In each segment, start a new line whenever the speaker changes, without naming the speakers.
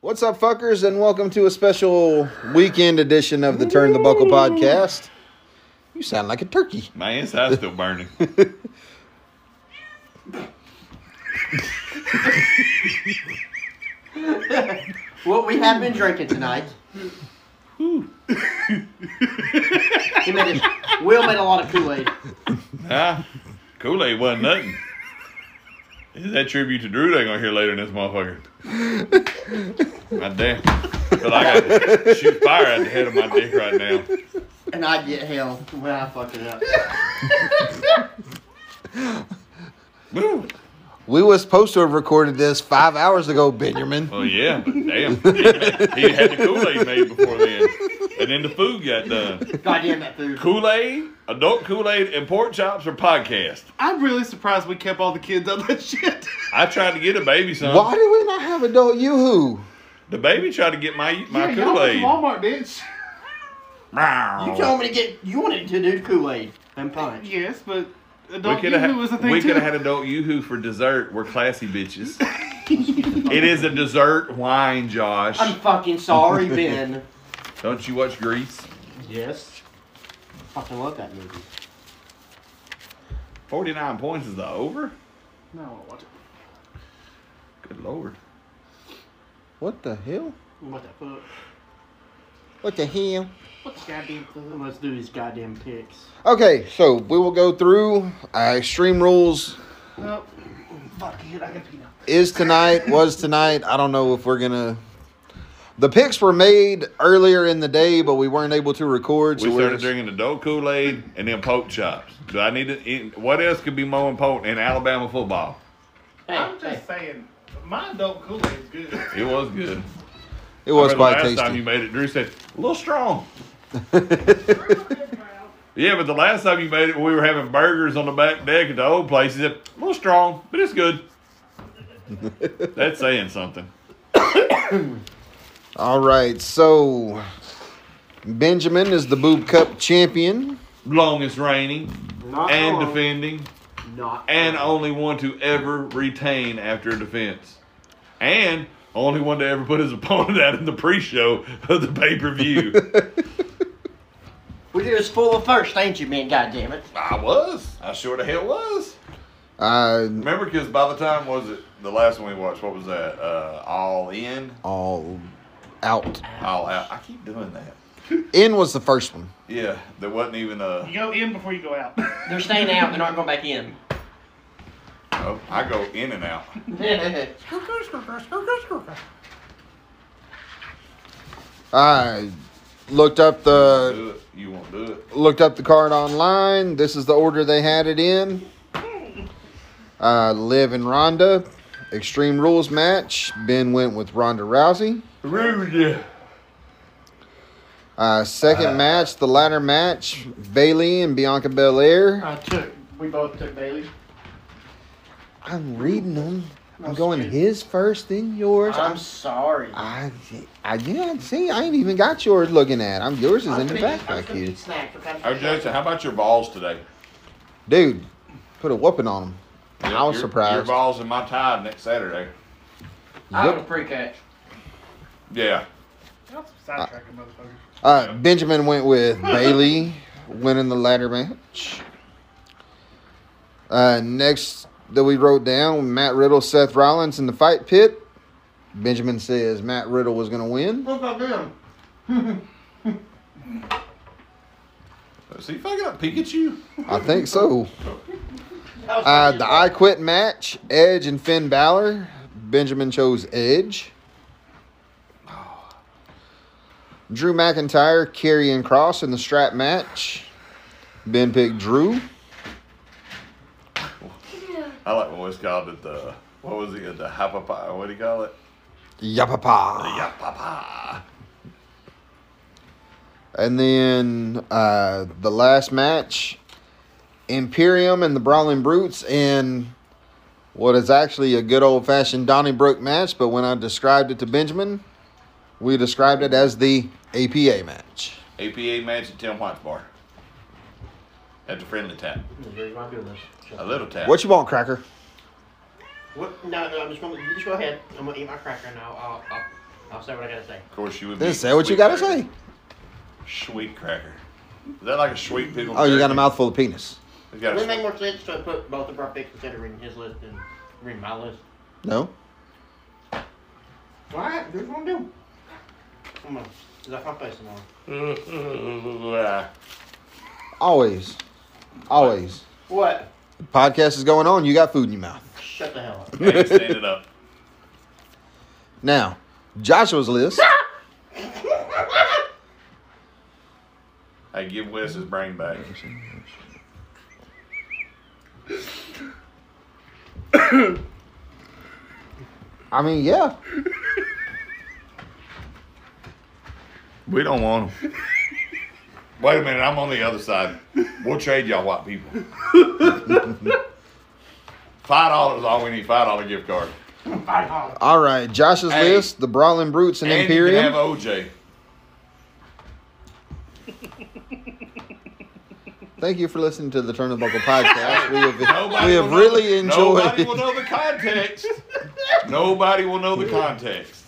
What's up, fuckers, and welcome to a special weekend edition of the Turn the Buckle podcast. You sound like a turkey.
My inside's still burning.
What we have been drinking tonight. he made a, Will made a lot of Kool Aid.
ah, Kool Aid wasn't nothing. Is that tribute to Drew they gonna hear later in this motherfucker? my damn. Feel like I could shoot fire at the head of my dick right now.
And I get hell when I fuck it up.
Woo.
We was supposed to have recorded this five hours ago, Benjamin.
Well, yeah, but damn. He had, he had the Kool Aid made before then. And then the food got done.
Goddamn that food.
Kool Aid, adult Kool Aid, and pork chops or podcast.
I'm really surprised we kept all the kids out of that shit.
I tried to get a baby some.
Why do we not have adult yoo-hoo?
The baby tried to get my my
Yeah, y'all
Kool
went
Aid.
to Walmart, bitch.
You told me to get, you wanted to do Kool Aid and punch.
Yes, but
We
adult
could
you
have
was a thing
we
too.
could have had adult yoo-hoo for dessert. We're classy bitches. it is a dessert wine, Josh.
I'm fucking sorry, Ben.
Don't you watch Grease?
yes. Fucking love that movie.
Forty-nine points is the over.
no, I won't watch it.
Good lord.
What the hell?
What the fuck?
What the hell?
What the goddamn fuck? Let's do these goddamn picks.
Okay, so we will go through uh, extreme rules.
Nope. Fuck it, I gotta pee now.
Is tonight? Was tonight? I don't know if we're gonna. The picks were made earlier in the day, but we weren't able to record.
We
we're
started
just-
drinking adult Kool-Aid and then poke chops. Do I need to? eat- What else could be more important in Alabama football?
Hey,
I'm
hey.
just saying, my adult Kool Aid is good.
It was good.
It was
I remember
quite
last
tasty.
time you made it, Drew said a little strong. yeah, but the last time you made it, we were having burgers on the back deck at the old place. He said a little strong, but it's good. That's saying something.
All right, so Benjamin is the Boob Cup champion.
Longest reigning
Not
and
wrong.
defending,
Not
and
wrong.
only one to ever retain after a defense, and only one to ever put his opponent out in the pre-show of the pay-per-view.
Well, you was full of first, ain't you, man? Goddamn it.
I was. I sure the hell was.
Uh,
Remember, because by the time was it the last one we watched? What was that? Uh, all in,
all out.
all out. I keep doing that.
In was the first one.
Yeah, there wasn't even uh, a.
You go in before you go out.
They're staying out. They're not going back in.
Oh, I go in and out.
I looked up the
Do it. You won't do it.
looked up the card online. This is the order they had it in. Uh, Liv and Ronda, Extreme Rules match. Ben went with Ronda Rousey.
Rude.
Uh, second match, the latter match, Bailey and Bianca Belair.
I took, we both took Bailey.
I'm reading them. I'm
I'm
going
scared.
his first, then yours.
I'm sorry.
I, I yeah, see, I ain't even got yours looking at. I'm yours is in the back back
I'm
here,
Oh, Jason, how about your balls today?
dude. Put a whooping on him. I was
Yep, your- Your
surprised.
balls in my tie next Saturday.
I'm a
Yep.
pre-catch.
Yeah.
That's sidetracking, motherfucker.
Uh, Benjamin went with Bailey winning the ladder match. Uh, next that we wrote down Matt Riddle, Seth Rollins in the fight pit. Benjamin says Matt Riddle was gonna win.
Look at them.
Is he fucking up Pikachu?
I think so. Uh, the I Quit match, Edge and Finn Balor. Benjamin chose Edge. Drew McIntyre, Karrion Cross in the strap match. Ben picked Drew.
I like what was called it the what was it the hapapa? What do you call it?
Yapapa.
Yeah, papa.
And then uh, the last match, Imperium and the Brawling Brutes in what is actually a good old fashioned Donnybrook match. But when I described it to Benjamin, we described it as the APA match.
APA match at Tim White's bar. At the friendly tap. A little tap.
What you want, Cracker?
What? No, no, I'm just gonna you just go ahead. I'm gonna eat my cracker now. I'll, I'll I'll say what I gotta say.
Of course, you would.
Then
be
say what you gotta
sweet
say.
cracker. Sweet cracker. Is that like a sweet pickle?
Oh, you got a
jerky?
mouthful of penis.
It's got a
Would it
sweet-
make more sense to put both of our picks instead of reading his list and reading my list?
No.
Alright, here's what I'm doing. Come on. Is that my face tomorrow?
Always. Always.
What?
Podcast is going on. You got food in your mouth.
Shut the hell up.
Can't stand it up.
Now, Joshua's list.
Hey, give Wes his brain back.
I mean, yeah.
We don't want him. Wait a minute, I'm on the other side. We'll trade y'all white people. Five dollars all we need. Five dollar gift card.
Five dollars.
All right, Josh's
Hey.
list: the Brawling Brutes and,
And you can
Imperium.
have OJ.
Thank you for listening to the Turn of the Buckle podcast. We have
Nobody
we have
will know-
really
Nobody will
enjoyed.
know the context. nobody will know the context.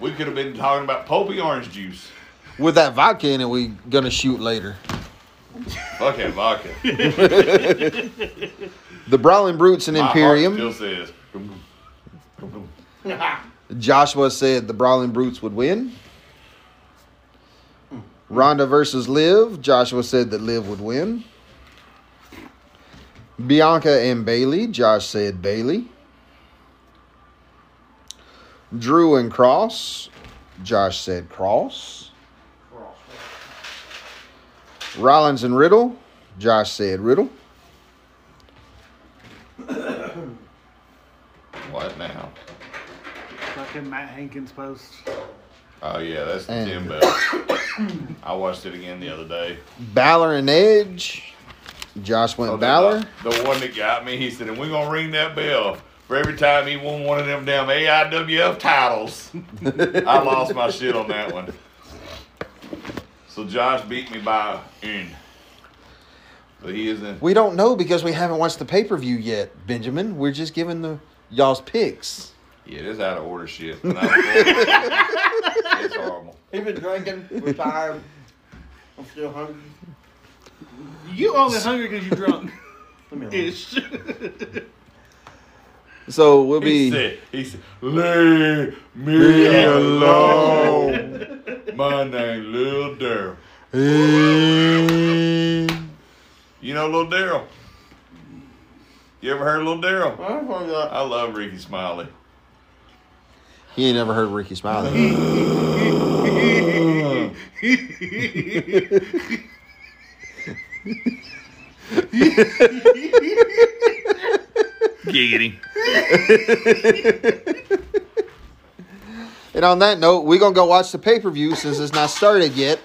We could have been talking about Popey orange juice.
With that vodka in it, we gonna shoot later.
Fuck that vodka.
The Brawling Brutes and
My heart
Imperium.
still says. "Boom, boom, boom, boom."
Joshua said the Brawling Brutes would win. Ronda versus Liv. Joshua said that Liv would win. Bianca and Bailey. Josh said Bailey. Drew and Cross. Josh said Cross. Rollins and Riddle. Josh said Riddle.
What now?
Fucking Matt Hankins post.
Oh yeah, that's the
And-
Tim Bell. I watched it again the other day.
Balor and Edge. Josh went
Oh, the-
Balor.
The, one that got me, he said, and we're gonna ring that bell for every time he won one of them damn AIWF titles. I lost my shit on that one. So Josh beat me by in. But he isn't
We don't know because we haven't watched the pay per view yet, Benjamin. We're just giving the y'all's picks.
yeah, it is out of order shit. And I- it's horrible.
He's been drinking. We're tired. I'm still hungry.
You only hungry because you drunk.
Let me
Ish.
So we'll
He
be
said, he said, leave me alone. My name Lil Daryl. You know Lil Daryl? You ever heard of Lil Daryl?
I'm hungry.
I love Ricky Smiley.
he ain't never heard Ricky Smiley.
Giggity.
and on that note, we're gonna go watch the pay per view since it's not started yet.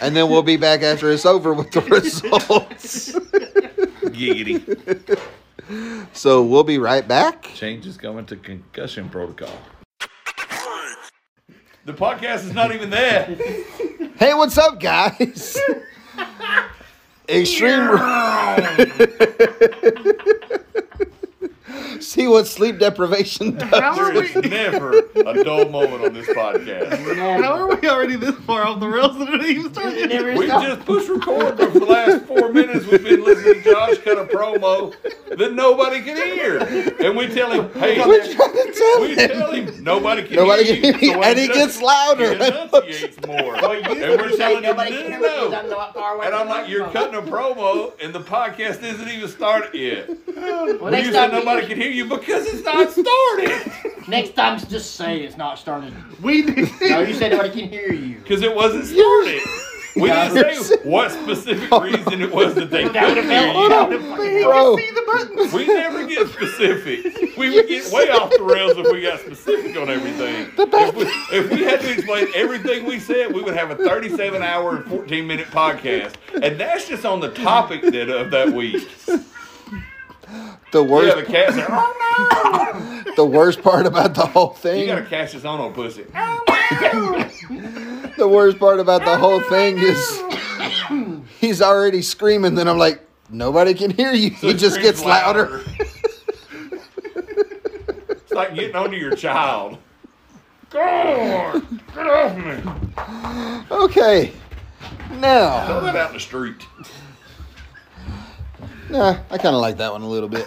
And then we'll be back after it's over with the results.
Giggity.
so we'll be right back.
Changes coming to concussion protocol. The podcast is not even there.
Hey, what's up, guys? Extreme. See what sleep deprivation does.
How are we?
There's never a dull moment on this podcast.
How are we already this far off the rails that it didn't even
It
started?
never
We
stopped.
just pushed record, but for the last four minutes we've been listening to Josh cut a promo that nobody can hear. And we tell him, hey,
We're trying to tell
we
him.
tell him nobody can
Nobody
hear
can
you.
hear you.
So
And he
enunciates-
gets louder.
He enunciates more. and we're
Hey,
telling him,
nobody can hear me
no,
'cause I'm
no.
not far away
And I'm
from the
like, you're
microphone.
cutting a promo, and the podcast isn't even started yet.
Well,
You
next
said
time,
nobody can hear you because it's not started.
next time, just say it's not started.
We did.
No, you said nobody can hear you.
Because it wasn't started. We didn't say what specific
Oh.
reason it was that they
That would
couldn't
have
hear
been.
you.
That would have fucking
Bro,
See the buttons.
We never get specific. We would get way off the rails if we got specific on everything. If we, if we had to explain everything we said, we would have a 37 hour and 14 minute podcast. And that's just on the topic that, of that week.
the
We have a
worst,
cat saying, oh
the worst part about the whole
no. You got to
thing,
catch this on old pussy.
the worst part about the whole thing is he's already screaming. Then I'm like, nobody can hear you. He just
screams
gets louder.
it's like getting onto your child. God, get off me.
Okay. Now,
Throw that out in the street.
nah, I kind of like that one a little bit.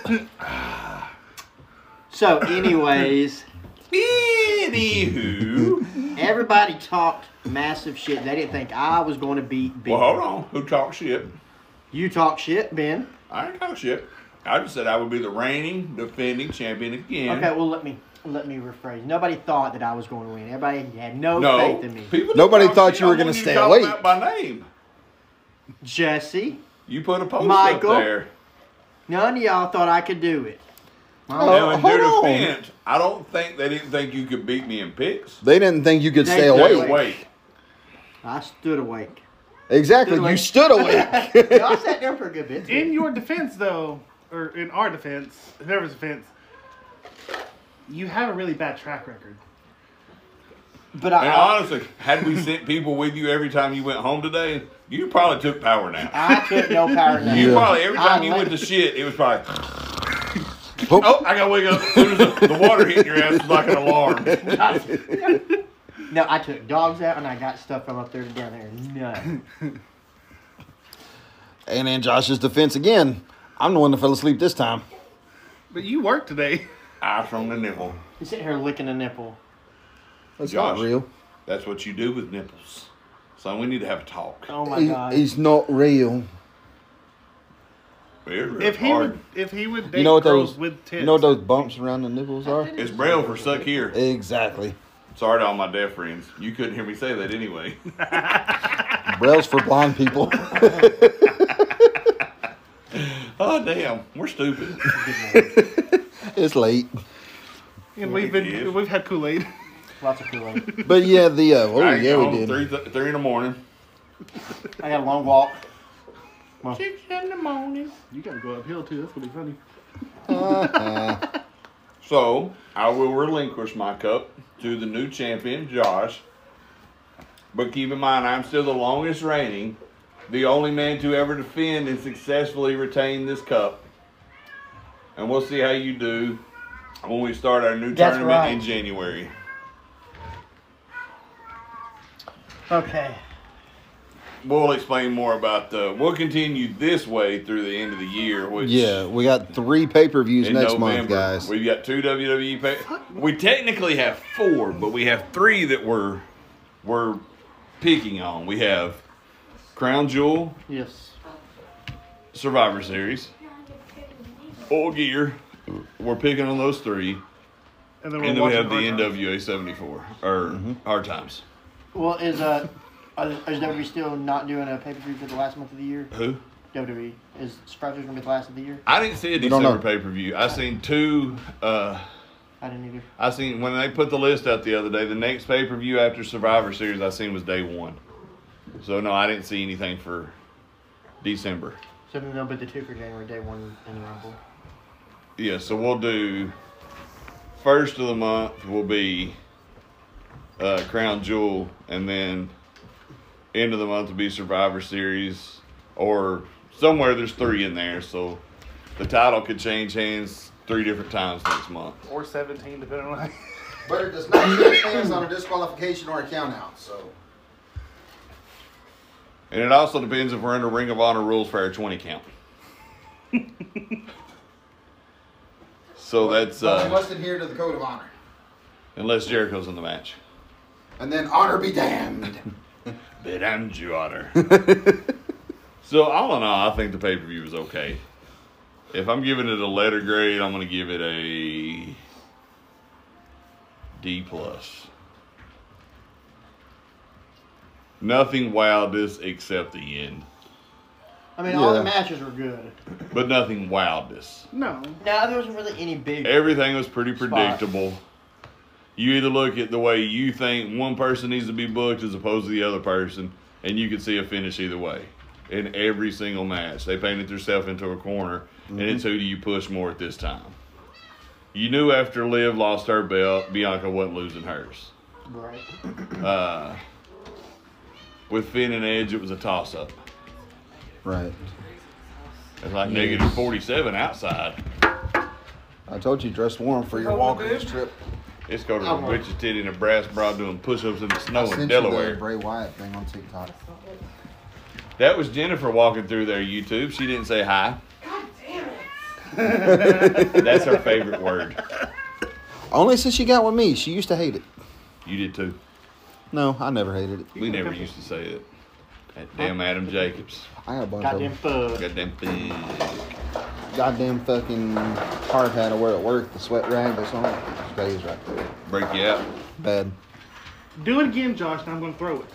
So, anyways,
Anywho.
everybody talked massive shit. They didn't think I was going to beat Ben.
Well, hold on. Who talks shit?
You talk shit, Ben.
I ain't talk shit. I just said I would be the reigning defending champion again.
Okay, well let me let me rephrase. Nobody thought that I was going to win. Everybody had no,
No,
faith in me.
people
Nobody
talk
thought
shit.
you were
I
gonna
want you
stay
call
awake.
them out By name,
Jesse,
you put a post
Michael.
up there.
none of y'all thought I could do it.
Oh,
now, in their
hold on.
defense, I don't think they didn't think you could beat me in picks.
They didn't think you could
They
stay
did.
Stay
awake.
Wait.
awake.
I stood awake.
Exactly.
Stood
You
awake.
stood awake.
No, I sat down for a good bit.
In your defense, though, or in our defense, whoever's defense, you have a really bad track record.
But I,
And
I,
honestly, had we sent people with you every time you went home today, you probably took power now.
I took no power nap.
You
Yeah.
probably every time
I
you
like-
went to shit, it was probably. Oh, I gotta wake up. As soon as the, the water hit your ass, it's like an alarm.
No, I took dogs out and I got stuff from up there to down there. None.
and in Josh's defense again, I'm the one that fell asleep this time.
But you work today.
Eye from the nipple.
You sit here licking a nipple.
That's
Josh.
not real.
That's what you do with nipples. So we need to have a talk.
Oh my
He-
god.
he's not real.
We're real
If he
hard.
would, if he would date
You know what
girls
those?
with tits,
You know what those bumps around the nipples are?
It's braille for suck here.
Exactly.
Sorry to all my deaf friends. You couldn't hear me say that anyway.
Braille's for blind people.
oh damn, we're stupid.
it's late.
and we've been,
Yes.
we've had Kool Aid.
Lots of Kool-Aid.
But yeah, the uh, oh
I
yeah
got
we
home
did.
Three, th- three in the morning.
I got a long walk.
Six in the morning.
You gotta go uphill too. That's gonna be funny.
So I will relinquish my cup to the new champion, Josh. But keep in mind, I'm still the longest reigning, the only man to ever defend and successfully retain this cup. And we'll see how you do when we start our new
That's
tournament
right.
in January.
Okay.
We'll explain more about the. We'll continue this way through the end of the year, which
Yeah, we got three pay per views
in
next
November.
month, guys.
We've got two WWE. Pay- we technically have four, but we have three that we're we're picking on. We have Crown Jewel,
Yes.
Survivor Series, All Gear. We're picking on those three,
And then,
and then
we're
we have the
watching Hard
NWA
Times.
seventy four or
Mm-hmm.
Hard Times.
Well, is uh, are- is WWE still not doing a pay-per-view for the last month of the year?
Who?
WWE is Survivor Series gonna be the last of the year?
I didn't see a
don't
December
know.
pay per view. I seen two. Uh,
I didn't either.
I seen when they put the list out the other day. The next pay per view after Survivor Series I seen was day one. So no, I didn't see anything for December.
So then they'll be the two for January day one in the Rumble.
Yeah, so we'll do first of the month will be uh, Crown Jewel, and then end of the month will be Survivor Series, or somewhere there's three in there. So the title could change hands three different times next month.
or seventeen, depending on.
But it does not change hands on a disqualification or a countout. So
And it also depends if we're under Ring of Honor rules for our 20 count. so that's
but we
uh,
must adhere to the code of honor,
unless Jericho's in the match.
and then honor be damned.
But I'm Jew Otter. so all in all, I think the pay per view was okay. If I'm giving it a letter grade, I'm going to give it a D plus. Nothing wowed this except the end,
I mean, all
Yeah.
the matches were good.
but nothing wowed this.
No,
No, there wasn't really any big.
Everything was pretty predictable. You either look at the way you think one person needs to be booked as opposed to the other person, and you could see a finish either way. In every single match, they painted themselves into a corner, and it's who do you push more at this time. You knew after Liv lost her belt, Bianca wasn't losing hers.
Right.
Uh, with Finn and Edge, it was a toss up.
Right.
It's like negative 47 outside.
I told you dress warm for your
Hold
walk
on,
on this
dude.
trip.
It's going to
I'm
the
on.
richest titty in a brass bra doing push-ups in the
I
snow
sent
in
you the
Delaware.
Bray Wyatt thing on TikTok.
That was Jennifer walking through their YouTube. She didn't say hi.
God damn it.
That's her favorite word.
Only since she got with me, she used to hate it.
You did too.
No, I never hated it.
We never used to say it. That damn Adam Jacobs.
I got a bunch
Goddamn uh,
of
fuck.
Goddamn thing.
them. goddamn fucking hard hat I wear at work, the sweat rag that's on it. Stays right there.
Break you out.
Bad.
Do it again, Josh, and I'm going to throw it.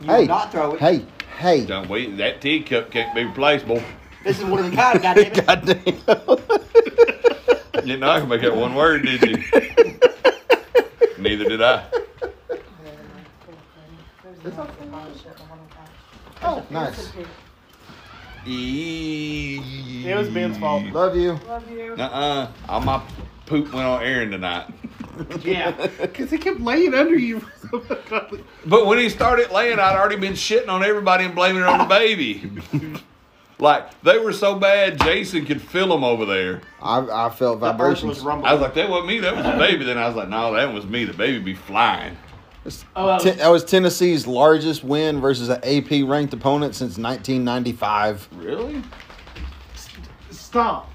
You
hey,
will not throw it.
hey, hey.
Don't wait. That teacup can't be replaceable.
This is one of the kind, goddamn it.
Goddamn.
You didn't I make out one word, did you? Neither did I.
Oh,
nice.
It was Ben's fault.
Love you.
Love you.
Uh-uh. All my poop went on Aaron tonight.
Yeah. Because he kept laying under you.
But when he started laying, I'd already been shitting on everybody and blaming it on the baby. like, they were so bad, Jason could feel them over there.
I, I felt
The earth was
vibrations.
I was
rumbling.
like, that wasn't me, that was the baby. Then I was like, no, that was me. The baby be flying.
Oh, that
Ten,
was,
that was Tennessee's largest win versus an AP ranked opponent since 1995.
Really?
Stop.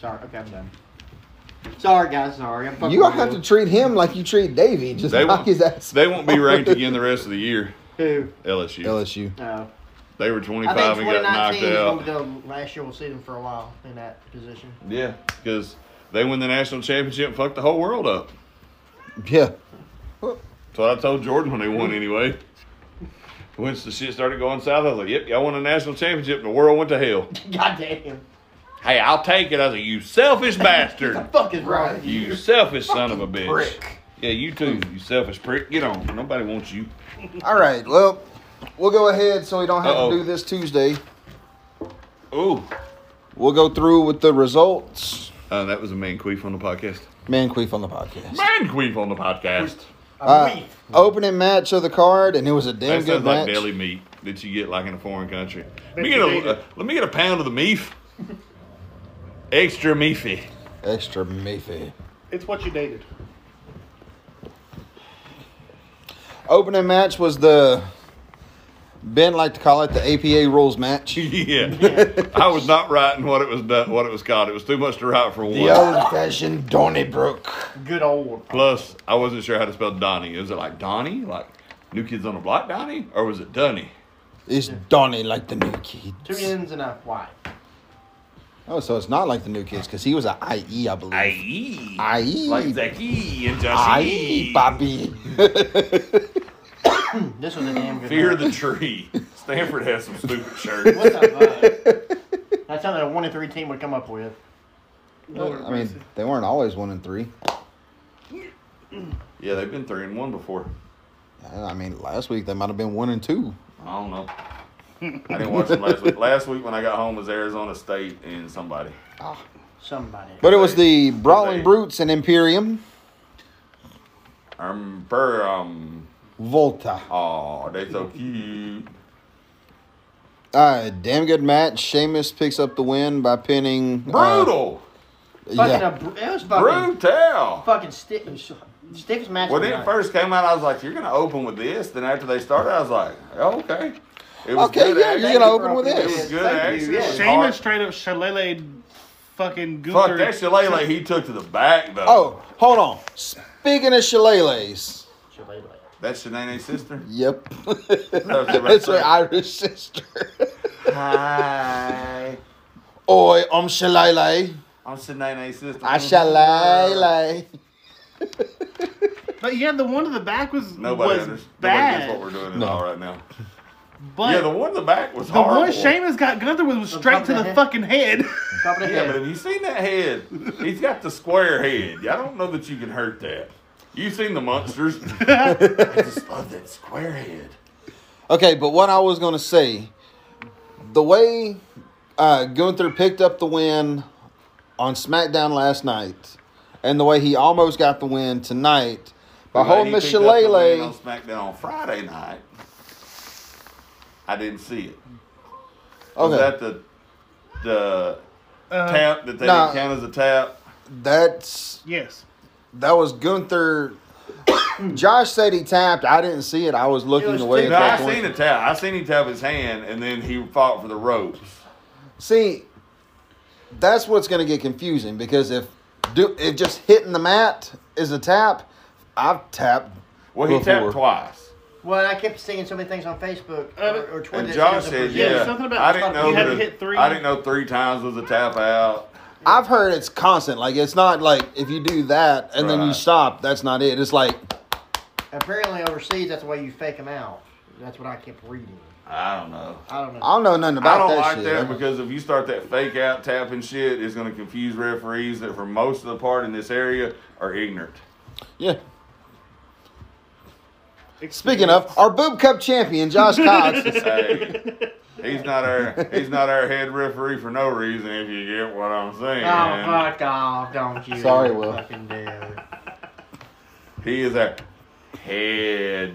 sorry, okay, I'm done. Sorry, guys, sorry. I'm fucking
You gonna have to
with
treat him like you treat Davey. Just
They
knock
won't,
his ass.
they won't be ranked again the rest of the year.
Who?
LSU.
LSU.
No.
They were
I
25
think
and got knocked
2019 is
out.
going to go last year. We'll see them for a while in that position.
Yeah, because they win the national championship and fuck the whole world up.
Yeah.
That's what I told Jordan when they won anyway. Once the shit started going south, I was like, yep, y'all won a national championship and the world went to hell.
Goddamn.
Hey, I'll take it. I was like, you selfish bastard.
Fuck is wrong with you?
You selfish son of a bitch. Yeah, you too, you selfish prick. Get on. Nobody wants you.
All right. Well, we'll go ahead so we don't have
Uh-oh.
to do this Tuesday.
Ooh.
We'll go through with the results.
Uh, that was a man queef on the podcast.
Man, queef on the podcast.
Man queef on the podcast.
Uh, opening match of the card, and it was a damn good
That sounds like
match.
deli meat that you get like in a foreign country. Let me get
Bet you they
a,
do.
uh, let me get a pound of the meat. Extra meafy.
Extra Mayfair.
It's what you dated.
Opening match was the Ben liked to call it the APA rules match.
yeah. I was not writing what it was done, what it was called. It was too much to write for one.
The old-fashioned Donnybrook.
Good old.
Plus, I wasn't sure how to spell Donnie. Was it like Donnie, like New Kids on the Block Donnie, or was it Dunny?
It's Donnie like the new
Two
kids.
ends and a Y.
Oh, so it's not like the new kids because he was an IE, I believe.
Aye.
Aye.
E. Like E. Zaki and
IE,
Joshy.
E, Bobby.
This was a damn good
Fear
match.
the tree. Stanford has some stupid shirts.
What the fuck? That's something a one and three team would come up with.
Lord
I
mercy.
mean, they weren't always one and three.
yeah, they've been three and one before.
I mean, last week they might have been one and two.
I don't know. I didn't watch it last week. Last week when I got home was Arizona State and somebody.
Somebody.
But it was the
They-
Brawling Brutes and Imperium
Um, per, um,
Volta.
oh, they so cute.
Uh, damn good match. Sheamus picks up the win by pinning. uh,
Brutal.
fucking
yeah.
a, it was fucking
Brutal.
fucking stick, stiffest match.
When
of the
it
night.
first came out, I was like, "You're gonna open with this." Then after they started, I was like, "Oh, "Okay, it was
Okay,
good
yeah,
action.
you're gonna open
for
with
opening
It was
this.
good
Thank
action.
you,
It
yeah.
was
Shaman
hard.
straight up shillelagh fucking
Fuck
Gunther.
that shillelagh he took to the back though.
Oh, hold on. Speaking of shillelaghs.
that's Shanae's sister.
Yep.
That was the right
That's her
thing.
Irish sister.
Hi,
Oi,
um,
I'm shillelagh.
I'm Shanae's sister.
I shillelagh.
But yeah, the one to the back was
Nobody
was
understands
bad.
what we're doing at
No.
all right now.
but
yeah, the one in the back was
the
horrible.
one Seamus got Gunther with was straight
top
to
of
the
the head.
fucking head.
Top of the
Yeah,
head.
but have you seen that head? He's got the square head. I don't know that you can hurt that. You seen the monsters? I just love that square head.
Okay, but what I was going to say the way uh, Gunther picked up the win on SmackDown last night, and the way he almost got the win tonight by
The way
holding
he
the
picked up the win
shillelagh.
on SmackDown on Friday night. I didn't see it. Was
Okay.
that the the
Uh,
tap that they
nah.
didn't count as a tap?
That's
yes.
that was Gunther. Josh said he tapped. I didn't see it. I was looking
was
away.
too-
at
No, I
that
seen
point.
the tap. I seen him tap his hand, and then he fought for the ropes.
See, that's what's going to get confusing because if do if just hitting the mat is a tap, I've tapped.
Well, he
Before.
tapped twice.
Well, I kept seeing so many things on Facebook
Uh,
or, or Twitter.
And
that
Josh
said it
said,
was a
Yeah,
"Yeah,
there's something about
I didn't
you
know
had to
that-
hit three.
I didn't know three times was a tap out."
I've heard it's constant. Like it's not like if you do that and then you
Right.
stop, that's not it. It's like
Apparently overseas, that's the way you fake them out. That's what I kept reading.
I don't know.
I don't know.
I don't know nothing
I
about
don't
that
like
shit.
that because if you start that fake out tapping shit, it's going to confuse referees that for most of the part in this area are ignorant.
yeah. Speaking of, our boob cup champion Josh Cox.
Hey, he's not our he's not our head referee for no reason. If you get what I'm
Oh,
saying,
fuck off, don't you?
Sorry, Will.
Fucking dare.
he is our head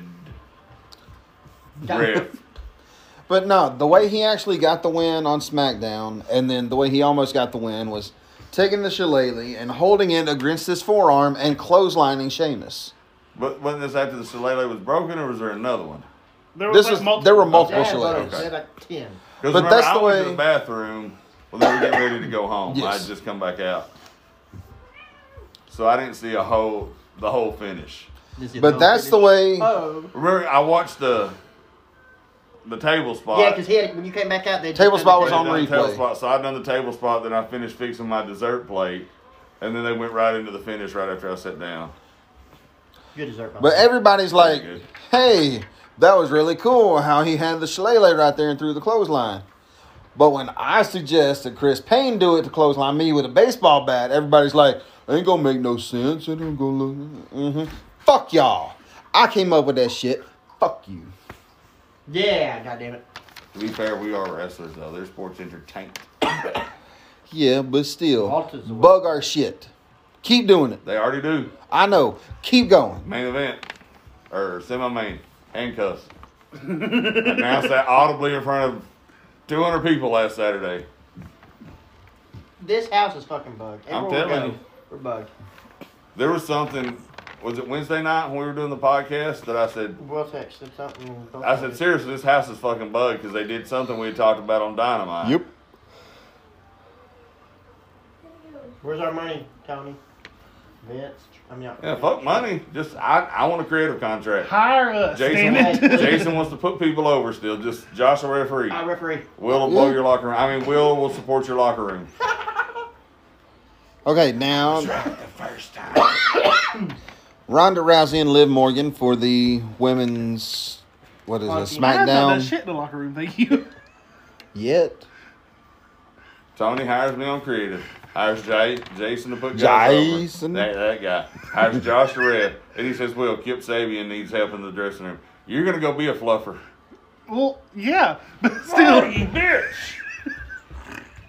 ref.
But no, the way he actually got the win on SmackDown, and then the way he almost got the win was taking the shillelagh and holding it against his forearm and clotheslining Sheamus.
But wasn't this after the shillelagh was broken, or was there another one?
there
This
like
is- there were multiple-
Yeah,
Bullshit.
but
Okay.
they're like 10.
Because
But
remember,
that's
I
the
went to
way-
the bathroom when they were getting ready to go home.
Yes.
I just come back out, so I didn't see a whole the whole finish.
This is
But
no
that's the way.
finish. Oh.
Remember, I watched the the table spot.
Yeah, because he had, when you came back out, they
Table spot was
They had
on
done the
replay.
table spot, so I done the table spot. Then I finished fixing my dessert plate, and then they went right into the finish right after I sat down.
Good dessert. by
But
the way.
everybody's like,
good.
"Hey, that was really cool how he had the shillelagh right there and threw the clothesline." But when I suggested Chris Payne do it to clothesline me with a baseball bat, everybody's like, "Ain't gonna make no sense. It ain't gonna look." Mm-hmm. Fuck y'all. I came up with that shit. Fuck you.
Yeah, goddamn it.
To be fair, we are wrestlers though. They're sports entertainment.
Yeah, but still,
Walter's the
bug our shit. Keep doing it.
They already do
I know. Keep going.
main event or semi-main handcuffs. Announced that audibly in front of 200 people last Saturday.
This house is fucking bugged.
I'm
Everywhere we
telling
go,
you.
We're bugged.
There was something. Was it Wednesday night when we were doing the podcast that I said
Will texted something. don't
I
tell me.
said, seriously, this house is fucking bugged because they did something we had talked about on Dynamite.
Yep.
Where's our money, Tony? Vince? I mean,
Yeah, fuck money. Just I, I want a creative contract.
hire us,
Jason,
damn
wants,
it.
Jason wants to put people over still. Just Josh a referee.
I referee.
Will will blow your locker room. I mean, Will will support your locker room.
Okay, now. Ronda Rousey and Liv Morgan for the women's what is it
Well,
I done that
SmackDown
shit in the locker room. Thank you.
yet?
Tony hires me on creative. Hires Jay, Jason to put guys
Jason.
Over. That, that guy. Hires Josh to ref. And he says, Will, Kip Sabian needs help in the dressing room. You're going to go be a fluffer.
Well, yeah, but still,
bitch.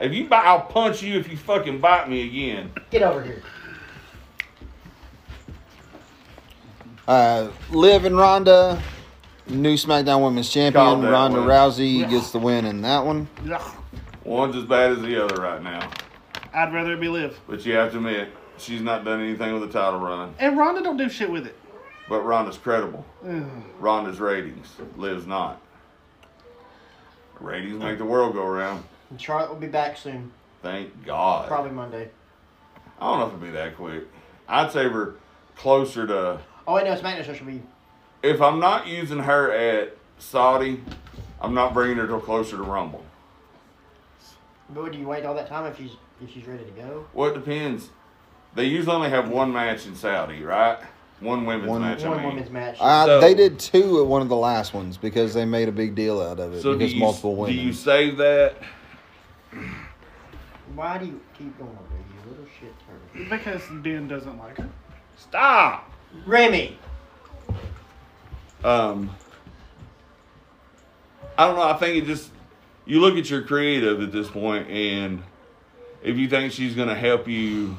If you bite, I'll punch you if you fucking bite me again.
Get over here.
Uh, Liv and Ronda, new SmackDown Women's Champion
Called that
Ronda
one.
Rousey gets the win in that one.
ugh,
One's as bad as the other right now.
I'd rather it be live.
But you have to admit, she's not done anything with the title run.
And Rhonda don't do shit with it.
But Ronda's credible.
Ugh.
Ronda's ratings. Liv's not. Ratings make the world go round.
And Charlotte will be back soon.
Thank God.
Probably Monday.
I don't know if it'd be that quick. I'd say we're closer to.
Oh, wait, no, SmackDown show should be.
If I'm not using her at Saudi, I'm not bringing her till closer to Rumble.
But would you wait all that time if she's if she's ready to go?
Well, it depends. They usually only have one match in Saudi, right? One women's
One-
match.
One
I mean.
women's match.
Uh,
So-
they did two at one of the last ones because they made a big deal out of it
So do
because
you,
multiple women.
do you save that?
Why do you keep going over there, you little shit turd?
Because Dan doesn't like her.
Stop.
Remy!
Um, I don't know. I think it just you look at your creative at this point, and if you think she's going to help you,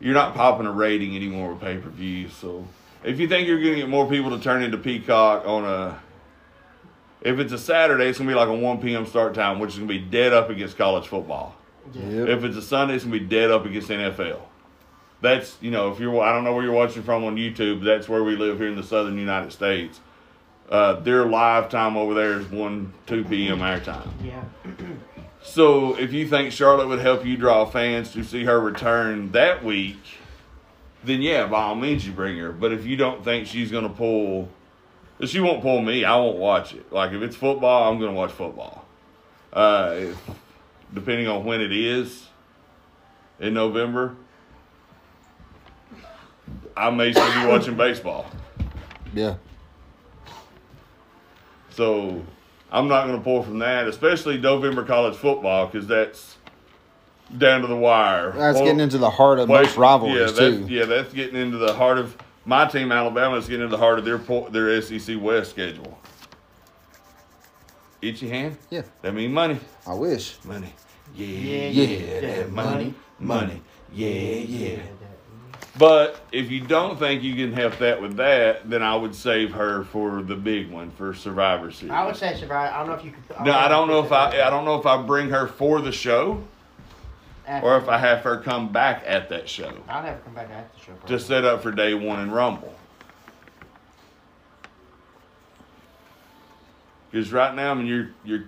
you're not popping a rating anymore with pay per view. So if you think you're going to get more people to turn into Peacock on a if it's a Saturday, it's gonna be like a 1 p.m. start time, which is gonna be dead up against college football.
Yeah.
Yep.
If it's a Sunday, it's gonna be dead up against NFL. that's you know if you're I don't know where you're watching from on YouTube. That's where we live here in the southern United States. Uh, their live time over there is one two p.m. our time.
Yeah.
So if you think Charlotte would help you draw fans to see her return that week, then yeah, by all means you bring her. But if you don't think she's gonna pull, if she won't pull me, I won't watch it. Like if it's football, I'm gonna watch football. Uh, if- depending on when it is in November, I may still be watching baseball.
Yeah.
So I'm not going to pull from that, especially November college football, because that's down to the wire.
That's
Well,
getting into the heart of most
base-
rivalries,
yeah, that's,
too.
Yeah, that's getting into the heart of my team, Alabama, is getting into the heart of their po- their SEC West schedule. Itchy hand?
Yeah.
That mean money.
I wish.
Money.
Yeah,
yeah,
that
money,
Money. Yeah, yeah.
Yeah, that-
But if you don't think you can help that with that, then I would save her for the big one for Survivor Series.
I would say Shabbat. I don't know if you could.
No, I don't know if I I don't know if I bring her for the show or if I have her come back at that show
I'll never come back after the show. Bro.
to set up for day one in Rumble. Because right now, I mean, you're you're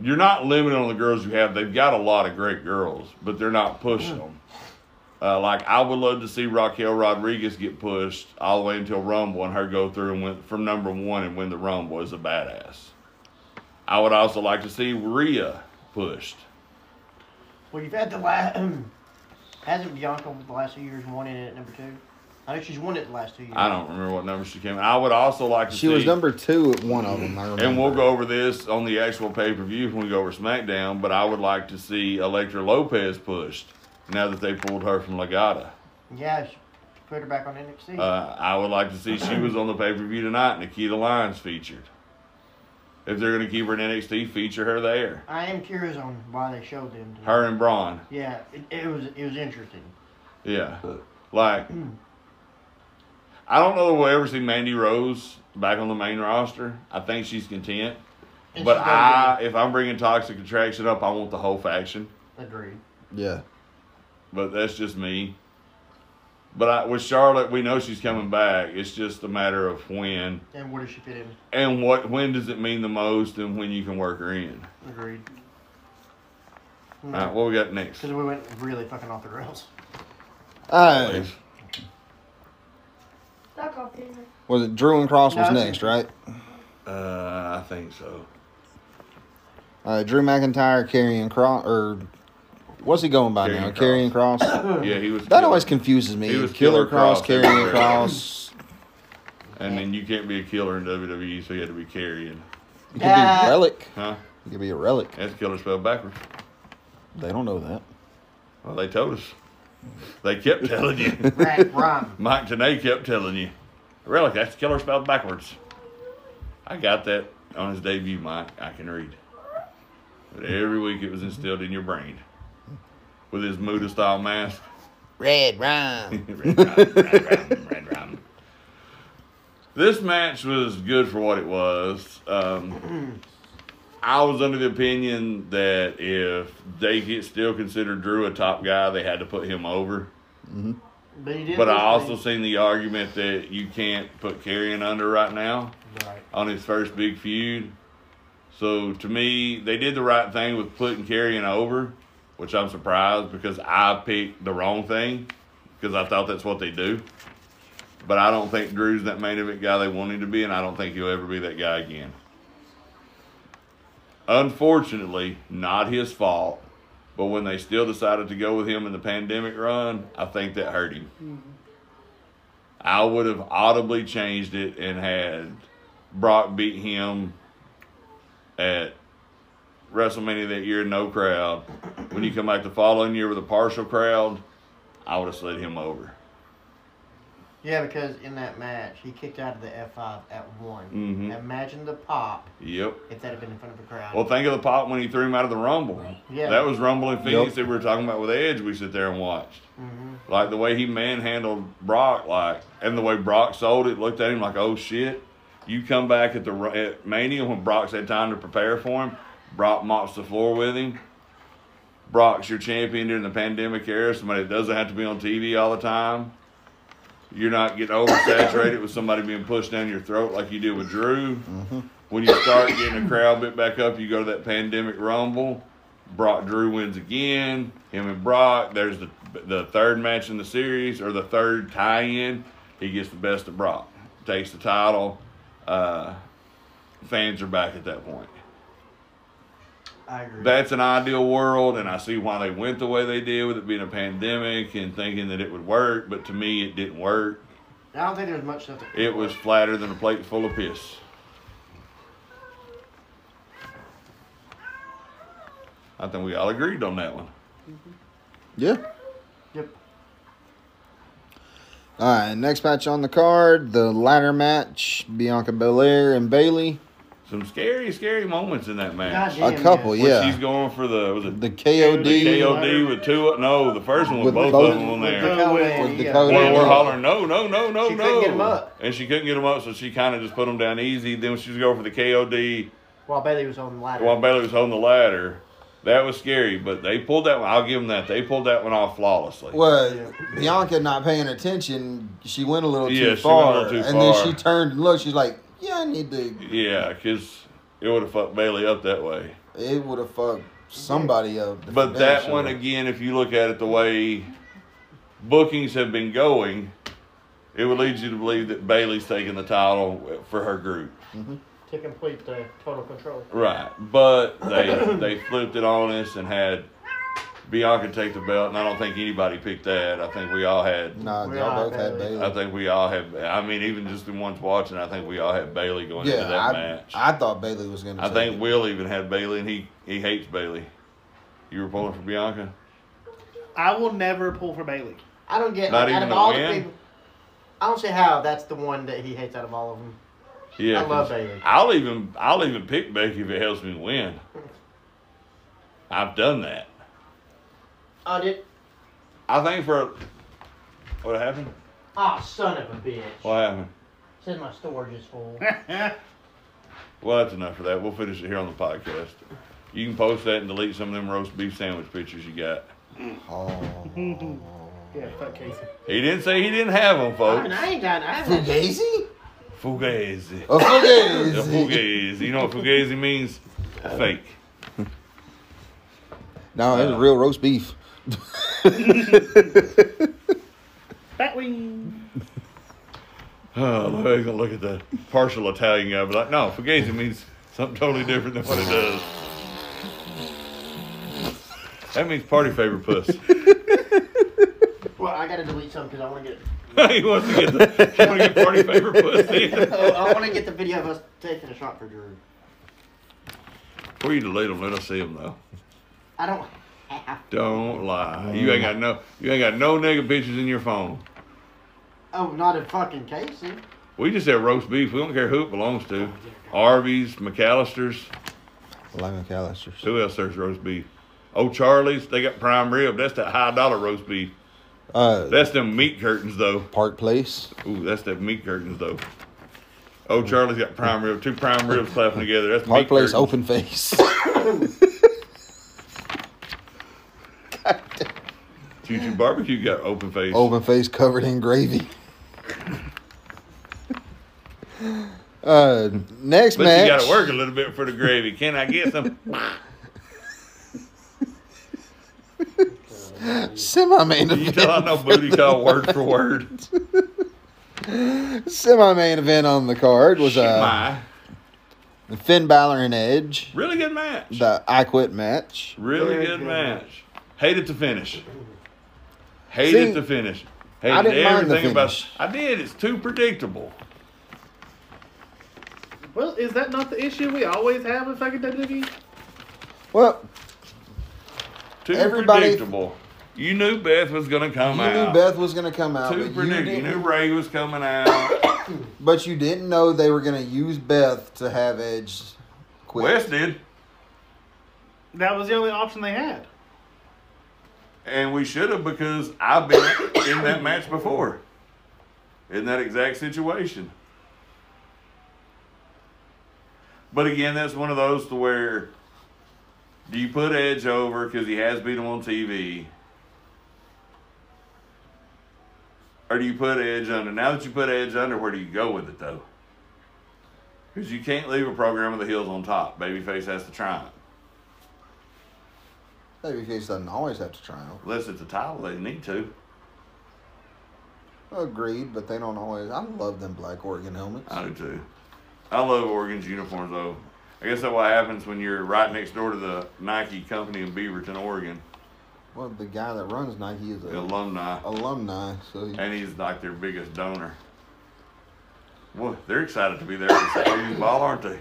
you're not limited on the girls you have. They've got a lot of great girls, but they're
Mm.
not pushing them. Uh, like I would love to see Raquel Rodriguez get pushed all the way until Rumble and her go through and win from number one and win the Rumble as a badass. I would also like to see Rhea pushed.
well, you've had the last. hasn't Bianca with the last two years won in at number two? I know she's won it the last two years.
I don't remember what number she came in. I would also like to
She
see
was number two at one of them. I remember.
And we'll go over this on the actual pay per view when we go over SmackDown, but I would like to see Electra Lopez pushed now that they pulled her from Legata.
Yeah, she put her back on NXT.
Uh, I would like to see she was on the pay per view tonight, Nikita Lyons featured. If they're going to keep her in NXT, feature her there.
I am curious on why they showed them. to-
Her and Braun.
Yeah, it, it was it was interesting.
Yeah. Like,
Hmm.
I don't know that we'll ever see Mandy Rose back on the main roster. I think she's content.
And
But
she's
I,
gonna
if I'm bringing Toxic Attraction up, I want the whole faction.
be- agree.
Yeah.
But that's just me. But I, with Charlotte, we know she's coming back. It's just a matter of when
And where does she fit in?
and what. When does it mean the most, and when you can work her in?
Agreed.
All right, what we got next?
Because we went really fucking off the rails.
Uh,
Fuck off, Peter.
was it Drew and Cross was
No, it's-
next, right?
Uh, I think so.
Uh, Drew McIntyre carrying Cross or what's he going by
Karrion
now?
Kross.
Carrying Cross.
Yeah, he was.
That always confuses me.
He was
Killer,
Killer
Cross,
Kross
Carrying
everywhere.
Cross.
And then you can't be a killer in WWE, so you had to be carrying,
You could
Yeah.
be relic.
huh?
You could be a relic.
That's killer spelled backwards.
They don't know that.
Well, they told us. They kept telling you.
Right, Rhyme.
Mike Tanay kept telling you, relic, that's killer spelled backwards. I got that on his debut, Mike. I can read. But every week it was instilled in your brain. With his Muda style mask.
Red Rhyme.
Red rum, red rum, red rum. This match was good for what it was. Um, I was under the opinion that if they get still considered Drew a top guy, they had to put him over.
But he did.
But I
lose
also
things.
seen the argument that you can't put Carrion under right now
Right.
on his first big feud. So to me, they did the right thing with putting Carrion over, which I'm surprised because I picked the wrong thing because I thought that's what they do. But I don't think Drew's that main event guy they want him to be, and I don't think he'll ever be that guy again. Unfortunately, not his fault. But when they still decided to go with him in the pandemic run, I think that hurt him. I would have audibly changed it and had Brock beat him at WrestleMania that year, no crowd. When you come back the following year with a partial crowd, I would have slid him over.
Yeah, because in that match, he kicked out of the F5 at one.
Mhm.
Imagine the pop
Yep.
if that had been in front of a crowd.
Well, think of the pop when he threw him out of the Rumble.
Yeah.
That was Rumble in Phoenix that we were talking about with Edge. We sit there and watched.
Mhm.
Like the way he manhandled Brock, like, and the way Brock sold it, looked at him like, oh shit. You come back at the Ru- at Mania when Brock's had time to prepare for him. Brock mops the floor with him. Brock's your champion during the pandemic era, somebody that doesn't have to be on TV all the time. You're not getting oversaturated with somebody being pushed down your throat like you did with Drew. When you start getting a crowd bit back up, you go to that pandemic rumble. Brock Drew wins again. Him and Brock. There's the the third match in the series or the third tie-in. He gets the best of Brock. Takes the title. Uh, fans are back at that point.
I agree.
That's an ideal world, and I see why they went the way they did with it being a pandemic and thinking that it would work. But to me, it didn't work.
I don't think there's much stuff to
It was flatter than a plate full of piss. I think we all agreed on that one.
Yeah.
Yep.
All right. Next match on the card, the ladder match: Bianca Belair and Bailey.
Some scary, scary moments in that
God
match.
damn,
a couple,
yes.
When
yeah.
she's going for the was it
The KOD.
the
KOD.
KOD with two? No, the first one
With
with, both,
both-
of them on
with
there.
both-
Dakota,
With
yeah.
Dakota.
Well, we're
Yeah.
hollering, no, no, no, no,
She
no.
couldn't get 'em up.
And she couldn't get him up, so she kind of just put him down easy. Then when she was going for the KOD
While Bailey was on the ladder.
while Bailey was holding the ladder. That was scary, but they pulled that one. I'll give them that. They pulled that one off flawlessly.
Well,
Yeah.
Bianca not paying attention, she went a little too
Yeah, she went a
far,
little too
and then
far.
she turned and looked. She's like, "Yeah, I need to."
Yeah, because it would have fucked Bailey up that way.
It would have fucked somebody up. to
But
damn
that
sure.
one, again, if you look at it the way bookings have been going, it would lead you to believe that Bailey's taking the title for her group.
to complete the total control.
Right, but they they flipped it on us and had Bianca take the belt, and I don't think anybody picked that. I think we all had.
Nah,
We
y'all
are
both had
Bailey.
Bailey.
I think we all had. I mean, even just the ones watching, I think we all had Bailey going into that
yeah,
match. I,
I, I thought Bailey was gonna. take
think
it.
Will even had Bailey, and he he hates Bailey. You were pulling for Bianca.
I will never pull for Bailey.
I don't get
Not
out
even
of
a
all
win?
the people. I don't see how that's the one that he hates out of all of them.
Yeah,
I love
'cause
Bailey.
I'll even I'll even pick Becky if it helps me win. I've done that.
Oh, did
I think for what happened.
ah son of a bitch.
What happened?
Says my storage is full.
Well, that's enough of that. We'll finish it here on the podcast. You can post that and delete some of them roast beef sandwich pictures you got.
Oh.
Yeah, fuck Casey.
He didn't say he didn't have them,
I mean,
folks.
Oh, I ain't got. I haven't. had-
Fugazi?
Fugazi.
Oh,
The
Fugazi.
Fugazi. You know what fugazi means? Fake.
No, it's real roast beef.
Bat wing.
Oh, Lord, I'm gonna look at the partial Italian guy, but like, no, fugazi means something totally different than what it does. That means party favor puss.
Well, I gotta delete some because I want to get.
he wants to get the, he want to get party favor puss. in.
Oh, I want to get the video of us taking a shot for Drew.
Before you delete them, let us see them though.
I don't have.
Don't lie. You ain't got no you ain't got no nigga pictures in your phone.
Oh, not in fucking Casey.
We just have roast beef. We don't care who it belongs to. Arby's, McAllister's,
Lemon McAllister's.
who else serves roast beef? Oh Charlie's, they got prime rib. That's that high dollar roast beef.
Uh,
That's them meat curtains though.
Park Place.
Ooh, that's that meat curtains though. Oh Charlie's got prime rib, two prime ribs slapping together. That's
Park
meat
Place
curtains.
Open Face.
Choo Choo Barbecue got open face.
open Face covered in gravy. Uh, next
But
match.
you gotta work a little bit for the gravy. Can I get some?
Semi-main
You tell I
event.
know booty call word for word.
Semi-main event on the card was uh,
My.
Finn Balor and Edge.
Really good match.
The I Quit match.
Really
Very
good,
good
match. Hated to finish. Hated
See,
to finish. Hated
didn't mind the
everything about.
finish.
I did. It's too predictable.
Well, is that not the issue we always have with fucking E? WWE?
Well,
Too
Everybody-
predictable. You knew Beth was gonna come
you knew
out.
Beth was gonna come out,
Too
but you,
predictable. You
didn't,
knew Ray was coming out.
but you didn't know they were gonna use Beth to have Edge quit.
Wes did,
That was the only option they had.
and we should have because I've been in that match before, in that exact situation. But again, that's one of those to where Do you put Edge over because he has beat him on TV? Or do you put Edge under? Now that you put Edge under, where do you go with it though? Because you can't leave a program with the heels on top. Babyface has to try it.
Babyface doesn't always have to try out.
Unless it's a title, they need to.
Agreed, but they don't always. I love them black Oregon helmets.
I do too. I love Oregon's uniforms though. I guess that's what happens when you're right next door to the Nike company in Beaverton, Oregon,
Well, the guy that runs Nike is
the
a
alumni,
alumni, so he,
and he's like their biggest donor. Well, they're excited to be there for the OU ball, aren't they?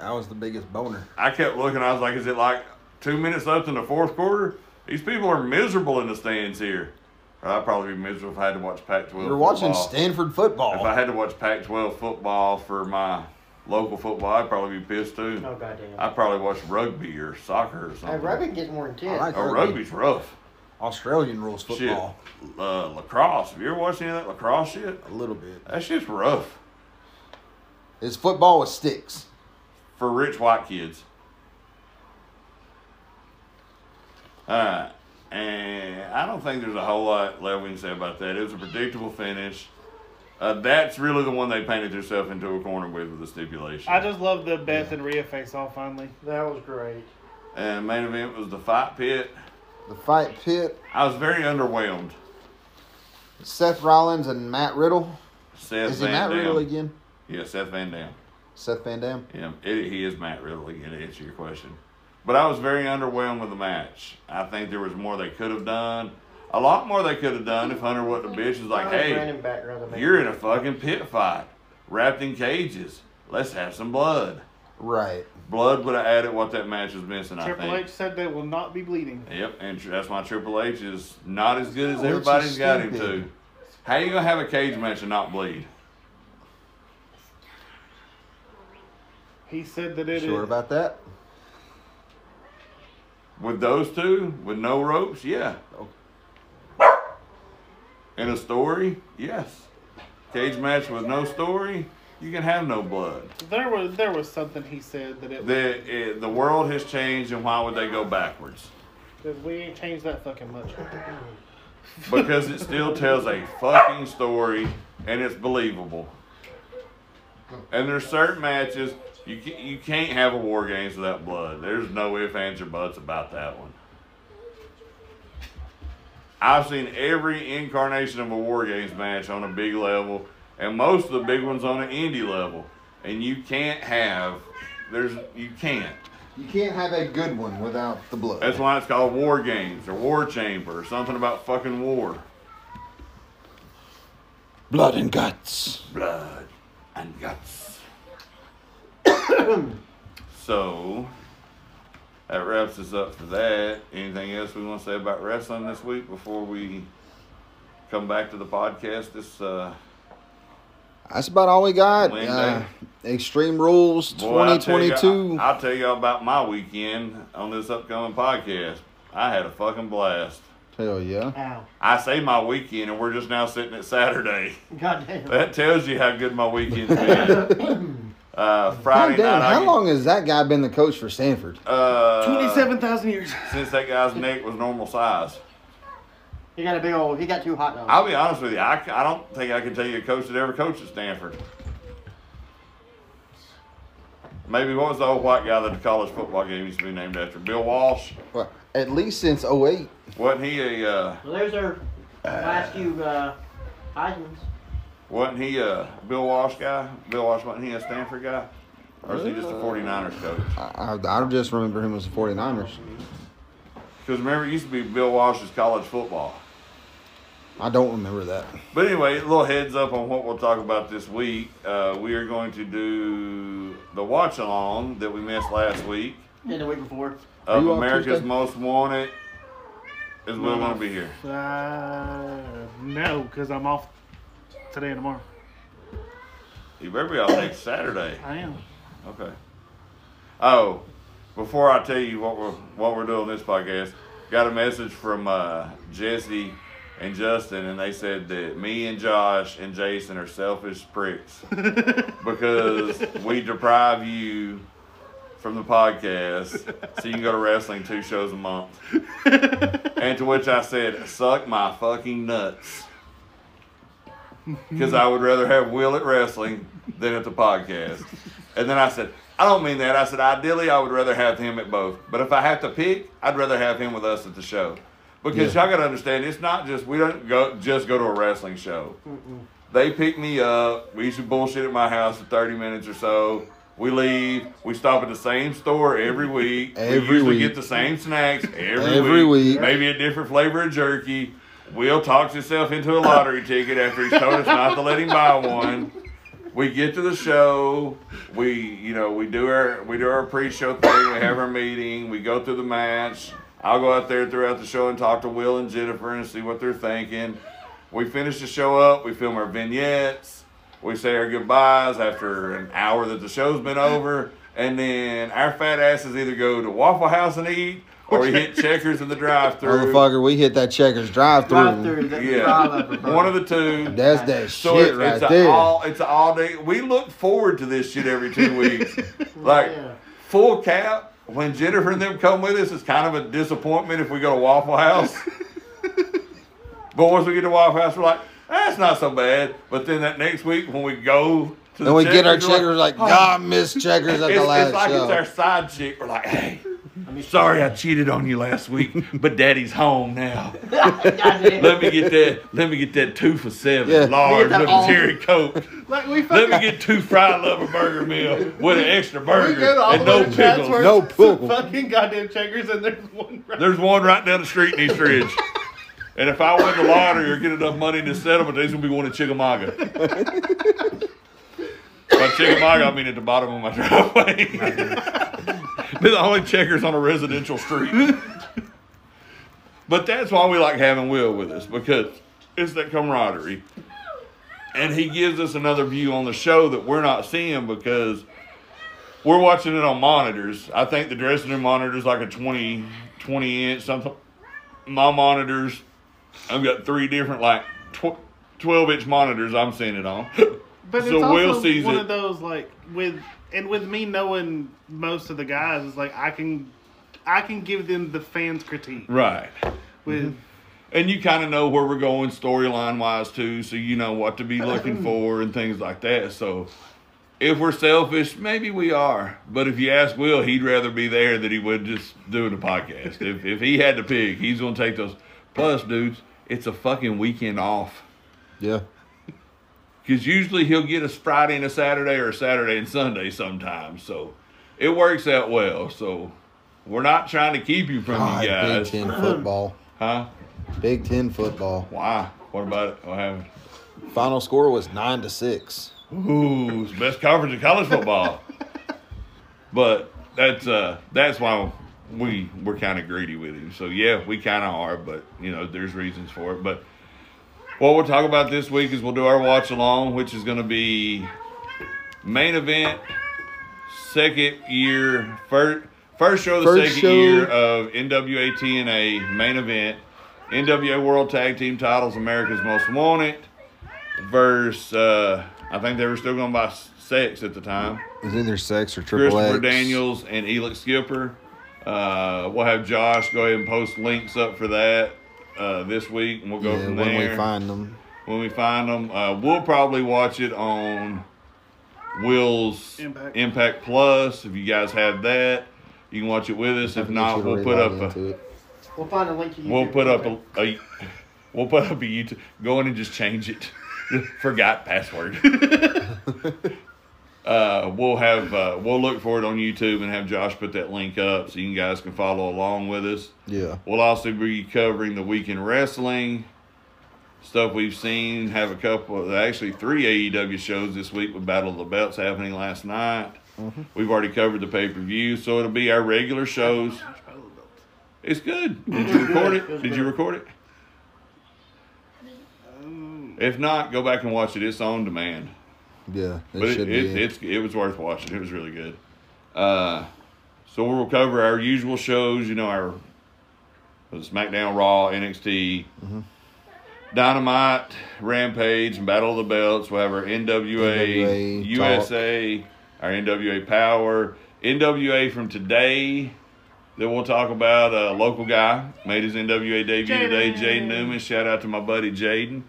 I was the biggest boner.
I kept looking. I was like, is it like two minutes left in the fourth quarter? These people are miserable in the stands here. Or I'd probably be miserable if I had to watch Pac-12.
You're watching
football.
Stanford
If
football.
I had to watch Pac-12 football for my local football, I'd probably be pissed too.
Oh goddamn.
I probably watch rugby or soccer or
Hey,
something.
rugby gets more intense.
I like-
Oh, rugby's rough.
Australian rules football.
Shit. Uh, lacrosse. Have you ever watched any of that lacrosse shit?
A little bit.
That shit's rough
It's football with sticks.
for rich white kids. Alright. And I don't think there's a whole lot left we can say about that. It was a predictable finish. Uh, that's really the one they painted themselves into a corner with with the stipulation.
I just love the Beth and Rhea face off finally.
that was great.
and main event was the fight pit.
The fight pit.
I was very underwhelmed.
Seth Rollins and Matt Riddle.
Seth
Is he
Van
Matt
Dam.
Riddle again?
Yeah, Seth Van Dam.
Seth Van Dam.
Yeah, it, he is Matt Riddle. again, To answer your question, but I was very underwhelmed with the match. I think there was more they could have done. A lot more they could have done if Hunter wasn't a bitch. Is like,
I
hey,
Brandon back rather than-
you're in a fucking pit fight, wrapped in cages. Let's have some blood.
Right.
Blood would have added what that match was missing. I
Triple
think.
H said they will not be bleeding.
Yep, and tr- that's why Triple H is not as good as
Which is
everybody's got him
stupid.
to. How you gonna have a cage match and not bleed?
He said that it is.
Sure about that?
With those two, with no ropes, yeah.
Oh.
In a story, yes. Cage match with no story, you can have no blood.
There was there was something he said that it
The eh, the world has changed, and why would they go backwards?
because we ain't changed that fucking much.
Because it still tells a fucking story, and it's believable. And there's certain matches you ca- you can't have a war games without blood. There's no ifs, ands, or buts about that one. I've seen every incarnation of a War Games match on a big level, and most of the big ones on an indie level. And you can't have, there's, you can't.
You can't have a good one without the blood.
That's why it's called War Games or War Chamber or something about fucking war.
blood and guts.
Blood and guts. so, that wraps us up for that. Anything else we want to say about wrestling this week before we come back to the podcast this uh,
That's about all we got.
Wednesday.
Uh, Extreme Rules
Boy, I tell y'all-
2022.
I'll tell y'all about my weekend on this upcoming podcast. I had a fucking blast.
Hell yeah.
Ow.
I say my weekend, and we're just now sitting at Saturday.
Goddamn.
That tells you how good my weekend's been. uh, Friday
God damn,
night, I
how
get-
long has that guy been the coach for Stanford?
Uh,
Twenty-seven thousand years.
Since that guy's neck was normal size.
He got a big old. He got two hot dogs.
I'll be honest with you. I, c- I don't think I can tell you a coach that ever coached at Stanford. Maybe what was the old white guy that the college football game used to be named after? Bill Walsh.
Well, at least since 08.
Wasn't he a uh,
well, there's our last few uh, Heisman's.
wasn't he a Bill Walsh guy? Bill Walsh wasn't he a Stanford guy? Or is he just a 49ers coach?
I, I, I just remember him as the 49ers.
Because remember, it used to be Bill Walsh's college football.
I don't remember that.
But anyway, a little heads up on what we'll talk about this week. Uh, we are going to do the watch along that we missed last week
And the week before.
Are
of
you off
America's
Tuesday?
Most Wanted. Is Will going to be here?
Uh, no, because I'm off today and tomorrow.
You better be out next Saturday.
I am.
Okay. Oh, before I tell you what we're what we're doing this podcast, got a message from uh, Jesse and Justin, and they said that me and Josh and Jason are selfish pricks because we deprive you from the podcast so you can go to wrestling two shows a month. And to which I said, suck my fucking nuts. Because I would rather have Will at wrestling than at the podcast. And then I said, I don't mean that. I said, ideally, I would rather have him at both. But if I have to pick, I'd rather have him with us at the show. Because y'all got to understand, it's not just, we don't go just go to a wrestling show. They pick me up. We used to bullshit at my house for 30 minutes or so. We leave. We stop at the same store every week. we
Every
usually
week.
get the same snacks every,
Every
week.
week.
Maybe a different flavor of jerky. Will talks himself into a lottery ticket after he's told us not to let him buy one. We get to the show. We, you know, we do our we do our pre-show thing. We have our meeting. We go through the match. I'll go out there throughout the show and talk to Will and Jennifer and see what they're thinking. We finish the show up. We film our vignettes. We say our goodbyes after an hour that the show's been over, and then our fat asses either go to Waffle House and eat, or we hit Checkers in the drive-through.
Motherfucker, we hit that checkers drive
Drive through.
through.
That
Yeah, one of the two.
That's that
So
shit
it's,
right
it's a
there.
all it's a all day. We look forward to this shit every two weeks. like
Yeah.
full cap. When Jennifer and them come with us, it's kind of a disappointment if we go to Waffle House. but once we get to Waffle House, we're like, that's not so bad. But then that next week when we go to
Then we get our
we're "Oh,
checkers like, God, miss checkers at
it's,
the last
it's like
show.
it's our side chick. We're like, hey, I'm sorry I cheated on you last week, but Daddy's home now. Let me get that. Let me get that two for seven,
Yeah.
large
Get that
with a
all-
cherry coke.
Like we fucking
Let me get two fried lover burger meal with an extra
we
burger
go to all
and
the
no
way to Chatsworth,
pickles.
No
some
pickles.
Fucking goddamn checkers, and there's one. Right
There's one right down the street in East Ridge. And if I win the lottery or get enough money in this settlement, there's gonna be one in Chickamauga. By Chickamauga, I mean at the bottom of my driveway. Be the only checkers on a residential street. But that's why we like having Will with us because it's that camaraderie. And he gives us another view on the show that we're not seeing because we're watching it on monitors. I think the dressing room monitor is like a 20, 20 inch something. My monitors, I've got three different like tw- 12 inch monitors I'm seeing it on.
But it's
So
also
Will sees
one
it.
of those like with and with me knowing most of the guys is like I can I can give them the fans critique
right.
with
And you kind of know where we're going storyline wise too, so you know what to be looking for and things like that. So if we're selfish, maybe we are. But if you ask Will, he'd rather be there than he would just doing a podcast. if if he had to pick, he's gonna take those. Plus, dudes, it's a fucking weekend off.
yeah.
Because usually he'll get us Friday and a Saturday or a Saturday and Sunday sometimes. So it works out well. So we're not trying to keep you from
God,
you
Big
guys.
Ten football.
Huh?
Big Ten football.
Why? What about it? What happened?
Final score was nine to six.
Ooh, it's the best conference in college football. but that's uh that's why we we're kind of greedy with him. So yeah, we kind of are, but you know, there's reasons for it. But what we'll talk about this week is we'll do our watch along, which is going to be main event, second year, first first show of the
First
second
show.
year of NWA TNA main event, NWA World Tag Team Titles, America's Most Wanted versus uh, I think they were still going by six at the time.
It was either sex or triple
Christopher
X.
Daniels and Elix Skipper. Uh, we'll have Josh go ahead and post links up for that uh, this week, and we'll go
Yeah,
from
when
there
we find them.
when we find them. Uh, we'll probably watch it on Will's
Impact.
Plus. If you guys have that, you can watch it with us. If not, we'll put up a
a.
We'll find a link to you.
we'll put up a, a we'll put up a YouTube. Go in and just change it. Forgot password. uh, we'll have uh, we'll look for it on YouTube and have Josh put that link up so you guys can follow along with us.
Yeah.
We'll also be covering the weekend wrestling stuff we've seen. Have a couple, actually three AEW shows this week with Battle of the Belts happening last night. We've already covered the pay per view, so it'll be our regular shows. It's good. Did you record it? Did you record it? If not, go back and watch it. It's on demand.
Yeah. It
But
should
it,
be.
it, it's it was worth watching. It was really good. Uh, so we'll cover our usual shows. You know our SmackDown, Raw, NXT, Dynamite, Rampage, and Battle of the Belts. We'll have our NWA,
NWA,
USA, our NWA Power, NWA from today that we'll talk about. A local guy made his NWA debut today, Jaden
Jaden.
Newman. Shout out to my buddy Jaden.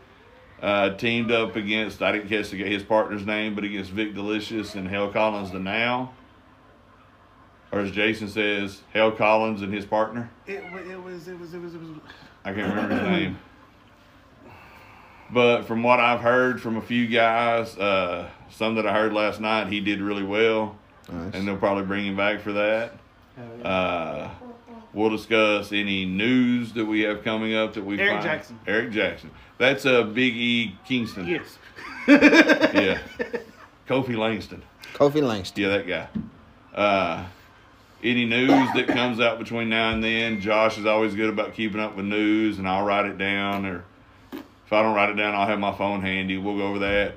Uh, teamed up against, I didn't catch the, his partner's name, but against Vic Delicious and Hal Collins, the now. Or as Jason says, Hal Collins and his partner.
It, wa- it was. It was. It was. It was.
I can't remember his name. But from what I've heard from a few guys, uh, some that I heard last night, he did really well,
Nice.
and they'll probably bring him back for that.
Oh, yeah.
Uh, we'll discuss any news that we have coming up that we
Eric
find.
Jackson.
Eric Jackson. That's a uh, Big E Kingston.
Yes.
Yeah. Kofi Langston.
Kofi Langston.
Yeah, that guy. Uh, any news that comes out between now and then, Josh is always good about keeping up with news, and I'll write it down. Or if I don't write it down, I'll have my phone handy. We'll go over that.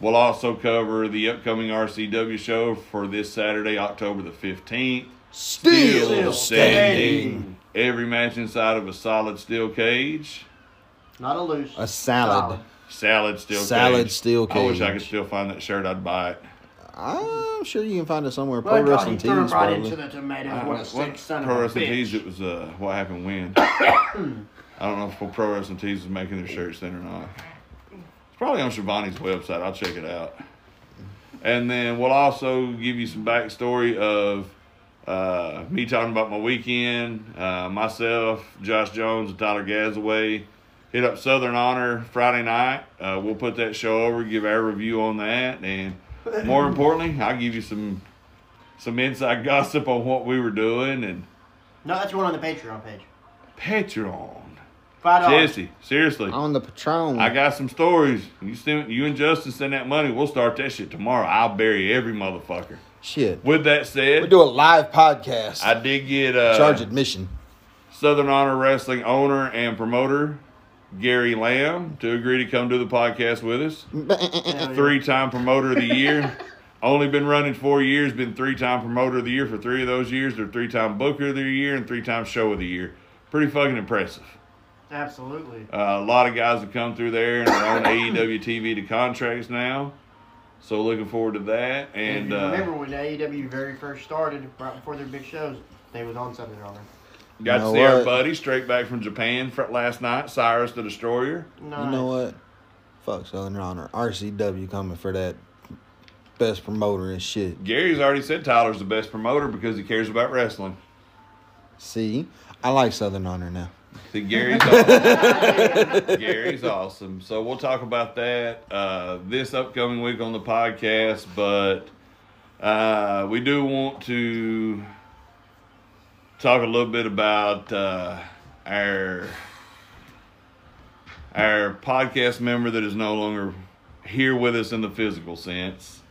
We'll also cover the upcoming RCW show for this Saturday, October the 15th.
Still,
Every match inside of a solid steel cage.
Not a loose.
A salad.
Salad steel
Salad
cage.
steel
I wish I
cage.
could still find that shirt. I'd buy it.
I'm sure you can find it somewhere. Pro
Well, God,
Wrestling
he
Tees,
threw it right
probably.
into the tomato.
Uh,
What a
what-
sick son
Pro
of a
Wrestling Tees,
bitch.
it was uh, what happened when. I don't know if well, Pro Wrestling Tees is making their shirts then or not. It's probably on Shivani's website. I'll check it out. And then we'll also give you some backstory of uh, me talking about my weekend, uh, myself, Josh Jones, and Tyler Gazaway. Hit up Southern Honor Friday night. Uh, we'll put that show over, give our review on that, and more importantly, I'll give you some some inside gossip on what we were doing and
No, that's one on the Patreon page.
Patreon.
Five
Oh.
dollars.
Jesse, seriously,
On the Patron.
I got some stories. You send, you and Justin send that money. We'll start that shit tomorrow. I'll bury every motherfucker.
Shit.
With that
We
said,
do a live podcast.
I did get uh,
Charge admission.
Southern Honor Wrestling owner and promoter Gary Lamb to agree to come do the podcast with us. Three time promoter of the year. Only been running four years, been three time promoter of the year for three of those years. They're three time booker of the year and three time show of the year. Pretty fucking impressive.
Absolutely.
Uh, a lot of guys have come through there and are on E AEW TV to contracts now. So looking forward to that.
And
And
if you remember
uh,
when AEW very first started, right before their big shows, they was on Southern Honor.
got
You know
to see our
what?
buddy straight back from Japan fr- last night, Cyrus the Destroyer.
No,
You know what? Fuck Southern Honor. RCW coming for that best promoter and shit.
Gary's already said Tyler's the best promoter because he cares about wrestling.
See? I like Southern Honor now.
See, Gary's awesome. Gary's awesome. So we'll talk about that uh, this upcoming week on the podcast. But uh, we do want to talk a little bit about uh, our our podcast member that is no longer here with us in the physical sense.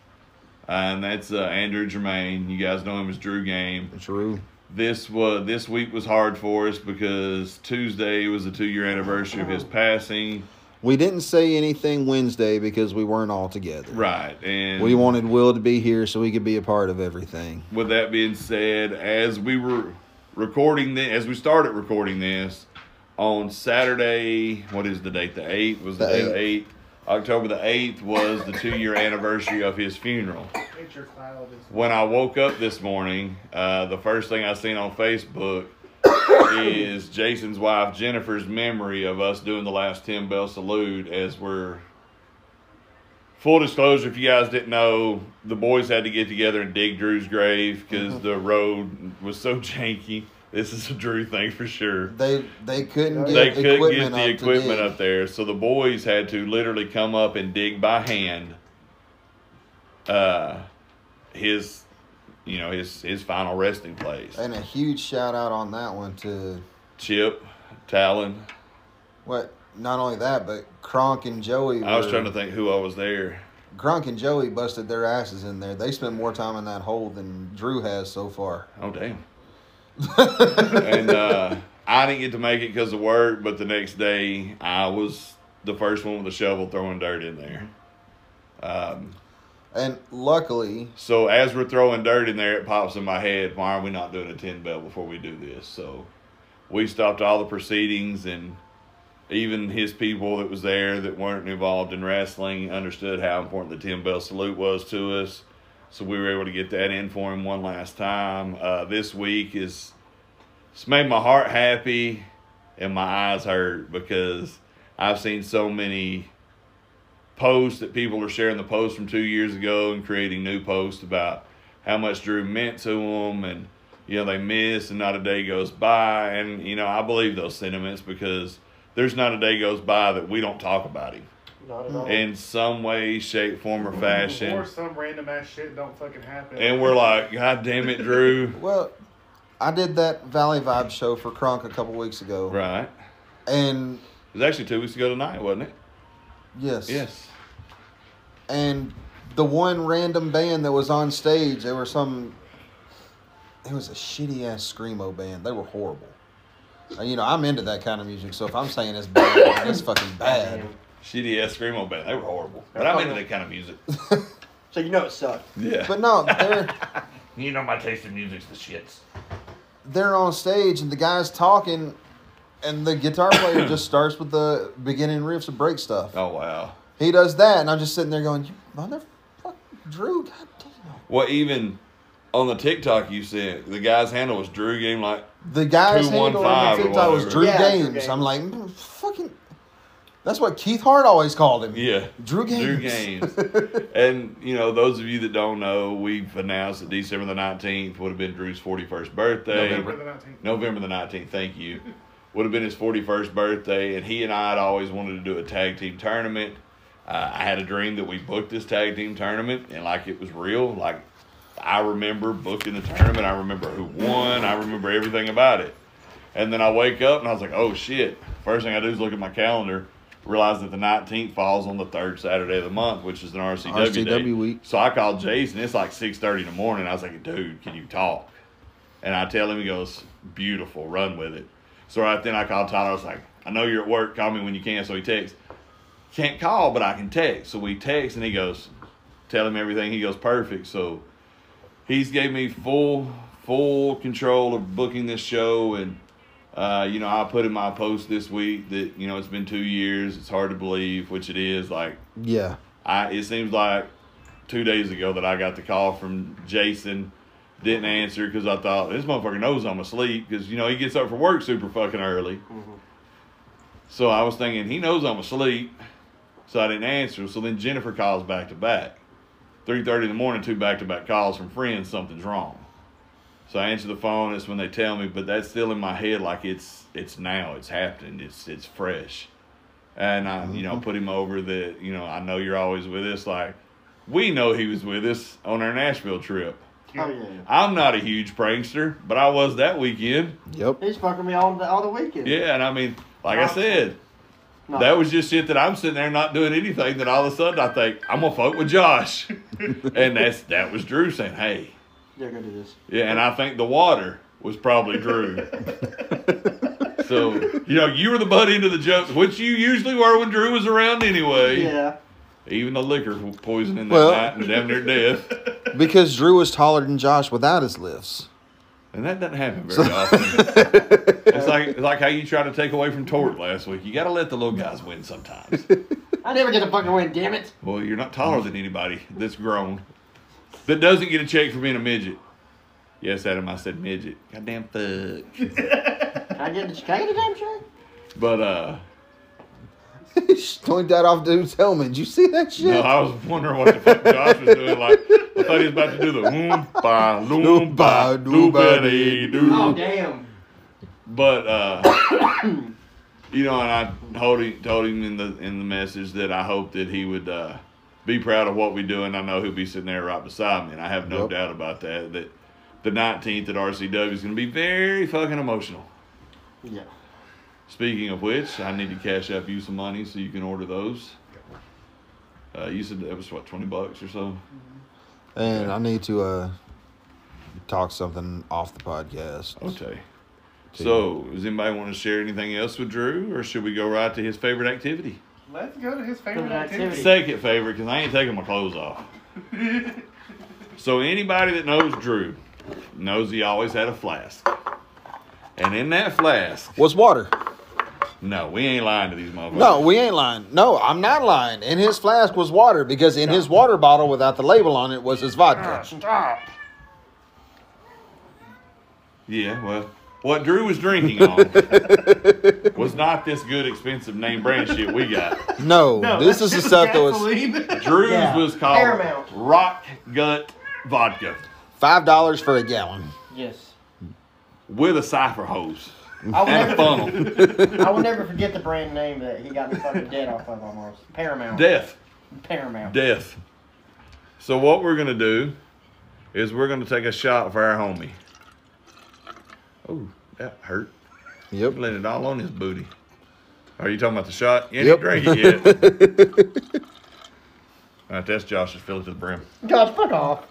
Uh, and that's uh, Andrew Germain. You guys know him as Drew Game
True.
this was this week was hard for us because Tuesday was the two year anniversary of his passing.
We didn't say anything Wednesday because we weren't all together.
Right. And
We wanted Will to be here so he could be a part of everything.
with that being said, as we were recording this as we started recording this on Saturday, what is the date? The eighth was the,
The
day the eighth. October the eighth was the two year anniversary of his funeral.
Picture cloud is.
when I woke up this morning, uh, the first thing I seen on Facebook is Jason's wife Jennifer's memory of us doing the last Tim Bell salute as we're. Full disclosure, if you guys didn't know, the boys had to get together and dig Drew's grave because the road was so janky. This is a Drew thing for sure
They they couldn't get
they couldn't
equipment
get the
up
equipment
to dig.
up there, so the boys had to literally come up and dig by hand. Uh, his, you know, his his final resting place.
And a huge shout out on that one to
Chip, Talon.
what not only that, but Kronk and Joey
I was
were-
trying to think who I was there.
Gronk and Joey busted their asses in there. They spent more time in that hole than Drew has so far.
Oh damn. and uh, I didn't get to make it because of work, but the next day I was the first one with a shovel throwing dirt in there. Um,
And luckily,
So as we're throwing dirt in there, it pops in my head, why are we not doing a ten bell before we do this? So we stopped all the proceedings and even his people that was there that weren't involved in wrestling understood how important the ten bell salute was to us. So we were able to get that in for him one last time. Uh, this week is it's made my heart happy and my eyes hurt because I've seen so many posts that people are sharing the posts from two years ago and creating new posts about how much Drew meant to them and you know they miss and not a day goes by and you know I believe those sentiments because there's not a day goes by that we don't talk about him
Not at all.
in some way, shape, form, or
Or
fashion.
some random ass shit don't fucking happen.
And we're like, God damn it, Drew.
Well, I did that Valley Vibe show for Kronk a couple weeks ago.
Right.
And
It was actually two weeks ago tonight, wasn't it?
yes.
Yes.
And the one random band that was on stage, they were some it was a shitty ass Screamo band. They were horrible. And, you know, I'm into that kind of music, so if I'm saying it's bad, it's fucking bad.
Shitty ass Screamo band. They were horrible. But I'm into that kind of music.
So you know it sucked.
Yeah.
But no, they're
you know my taste in music's the shits.
they're on stage and the guy's talking and the guitar player just starts with the beginning riffs of break stuff.
Oh, wow.
He does that and I'm just sitting there going, You motherfucker Drew, goddamn.
Well, even on the TikTok you sent, the guy's handle was Drew Game like
The guy's handle on the
215 or
TikTok was
whatever.
Drew
Yeah, Drew
Games.
Games.
I'm like, "Mm, fucking. That's what Keith Hart always called him.
Yeah.
Drew Games.
Drew Games. and, you know, those of you that don't know, we've announced that December the 19th would have been Drew's 41st birthday.
November the 19th.
November the 19th, thank you. Would have been his 41st birthday, and he and I had always wanted to do a tag team tournament. Uh, I had a dream that we booked this tag team tournament, and like it was real. Like, I remember booking the tournament, I remember who won, I remember everything about it. And then I wake up and I was like, oh shit. First thing I do is look at my calendar, realize that the 19th falls on the third Saturday of the month, which is an RCW, day.
RCW week.
So I called Jason. It's like 6.30 in the morning. I was like, dude, can you talk? And I tell him, he goes, beautiful, run with it. So right then I called Tyler. I was like, I know you're at work. Call me when you can. So he texts, can't call, but I can text. So we text and he goes, tell him everything. He goes, perfect. So he's gave me full, full control of booking this show. And, uh, you know, I put in my post this week that, you know, it's been two years. It's hard to believe, which it is. Like,
Yeah.
I it seems like two days ago that I got the call from Jason. Didn't answer because I thought this motherfucker knows I'm asleep because you know he gets up for work super fucking early. So I was thinking he knows I'm asleep, so I didn't answer. So then Jennifer calls back to back, three thirty in the morning, two back to back calls from friends. Something's wrong. So I answer the phone. That's when they tell me, but that's still in my head like it's it's now, it's happening, it's it's fresh and I, you know, put him over that. You know, I know you're always with us. Like, we know he was with us on our Nashville trip.
Oh yeah.
I'm not a huge prankster, but I was that weekend.
Yep.
He's fucking me all the all the weekend.
Yeah, and I mean, like I said,
No.
that was just shit that I'm sitting there not doing anything. Then all of a sudden, I think I'm gonna fuck with Josh, and that's that was Drew saying, "Hey,
They're gonna do this.
yeah." And I think the water was probably Drew. so you know, you were the butt end of the joke, which you usually were when Drew was around anyway.
Yeah.
Even the liquor was poisoning that
Well-
night and damn near death.
Because Drew was taller than Josh without his lifts.
And that doesn't happen very often. it's like it's like how you try to take away from Torque last week. You got to let the little guys win sometimes.
I never get a fucking win. Damn it.
well, you're not taller than anybody that's grown that doesn't get a check for being a midget. Yes, Adam, I said midget. Goddamn fuck.
Can I get can I get a damn check?
But uh,
Point that off dude's helmet. Did you see that shit?
no, I was wondering what the fuck Josh was doing. Like I thought he was about to do the oompa loompa doobity doo.
Oh damn.
But uh, you know, and I told him, told him in the in the message that I hope that he would uh, be proud of what we do, and I know he'll be sitting there right beside me, and I have no
Yep.
doubt about that. That the nineteenth at RCW is going to be very fucking emotional.
Yeah.
Speaking of which, I need to cash up you some money so you can order those. Uh, you said that was what twenty bucks or so.
And I need to uh talk something off the podcast.
Okay. So, does anybody want to share anything else with Drew, or should we go right to his favorite activity?
Let's go to his favorite
Favorite
activity.
activity.
second favorite because I ain't taking my clothes off. so anybody that knows Drew knows he always had a flask, and in that flask
What's water?
No, we ain't lying to these motherfuckers.
No, we ain't lying. No, I'm not lying. In his flask was water because in his water bottle without the label on it was his vodka.
Stop.
Yeah, well, what Drew was drinking on was not this good, expensive name brand shit we got.
No,
Oh,
this is the stuff that was
was.
Drew's
Yeah,
was called
Paramount.
Rock Gut Vodka
five dollars for a gallon.
Yes.
with a cipher hose
I
and
will,
a
never,
funnel.
I will never forget the brand name that he got me fucking dead off of almost. Paramount.
Death.
Paramount.
Death. So what we're gonna do is we're gonna take a shot for our homie. Oh, that hurt.
Yep.
Let it all on his booty. Are you talking about the shot? You
Yep.
didn't drink it yet. all right, that's Josh's fill it to the brim.
Gosh, fuck off.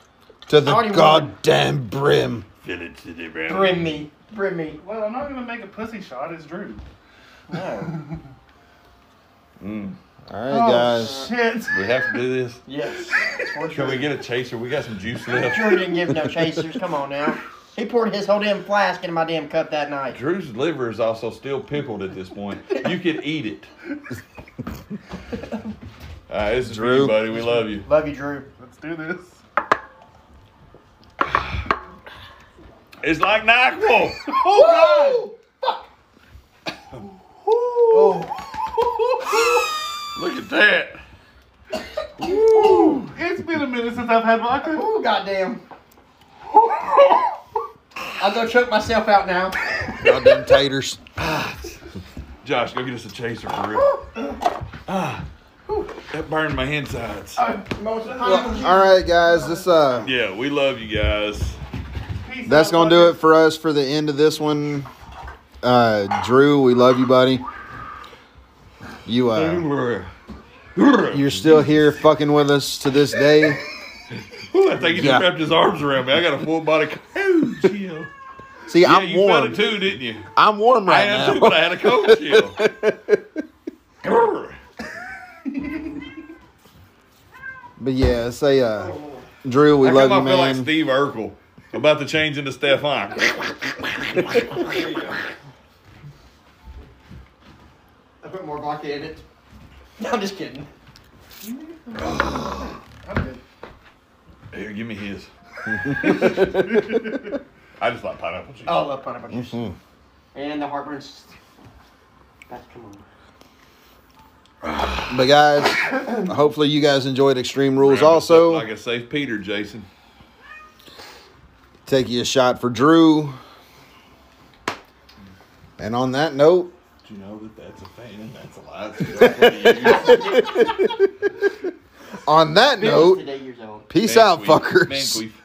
To the
Already won.
goddamn brim.
Fill it to the brim.
Brim me. Brim me.
Well, I'm not gonna make a pussy shot. It's Drew.
No.
All right,
Oh,
guys.
shit.
We have to do this.
Yes.
Can we get a chaser? We got some juice
Drew
left.
didn't give no chasers. Come on now. He poured his whole damn flask into my damn cup that night.
Drew's liver is also still pickled at this point. You could eat it. All right, this is
Drew.
Drew, buddy. We love you.
Love you, Drew.
Let's do this.
It's like NyQuil.
Oh,
Oh. Look at that.
It's been a minute since I've had
God.
vodka.
Ooh, goddamn. I'll go choke myself out now.
Goddamn taters.
Josh, go get us a chaser for real. Ah, that burned my insides.
Most of the time-
All right, guys. This uh,
Yeah, we love you guys.
Peace
that's gonna
out, vodka.
do it for us for the end of this one. Uh, Drew, we love you, buddy. You uh,
Ooh,
you're still here, fucking with us to this day.
I think
Yeah.
he just wrapped his arms around me. I got a full body. co- Ooh, chill.
See,
Yeah,
I'm
you felt
warm.
it too, didn't you?
I'm warm
I
right
am too,
now.
but I had a cold chill. Grr.
But yeah, say uh, Drew, we
How
love
come
you,
I feel like
man.
Steve Urkel about to change into Stefan.
I put more vodka in it. No, I'm just kidding.
I'm good.
Here, give me his. I just like pineapple juice.
Oh, I love pineapple juice. And the heartburns. That's come on.
But guys, hopefully you guys enjoyed Extreme Rules. Also,
like a safe Peter, Jason.
take you a shot for Drew. And on that note,
Do you know that that's a thing? That's a lie.
on that
Bill is
note,
today years old.
peace out, fuckers.
Man, queef.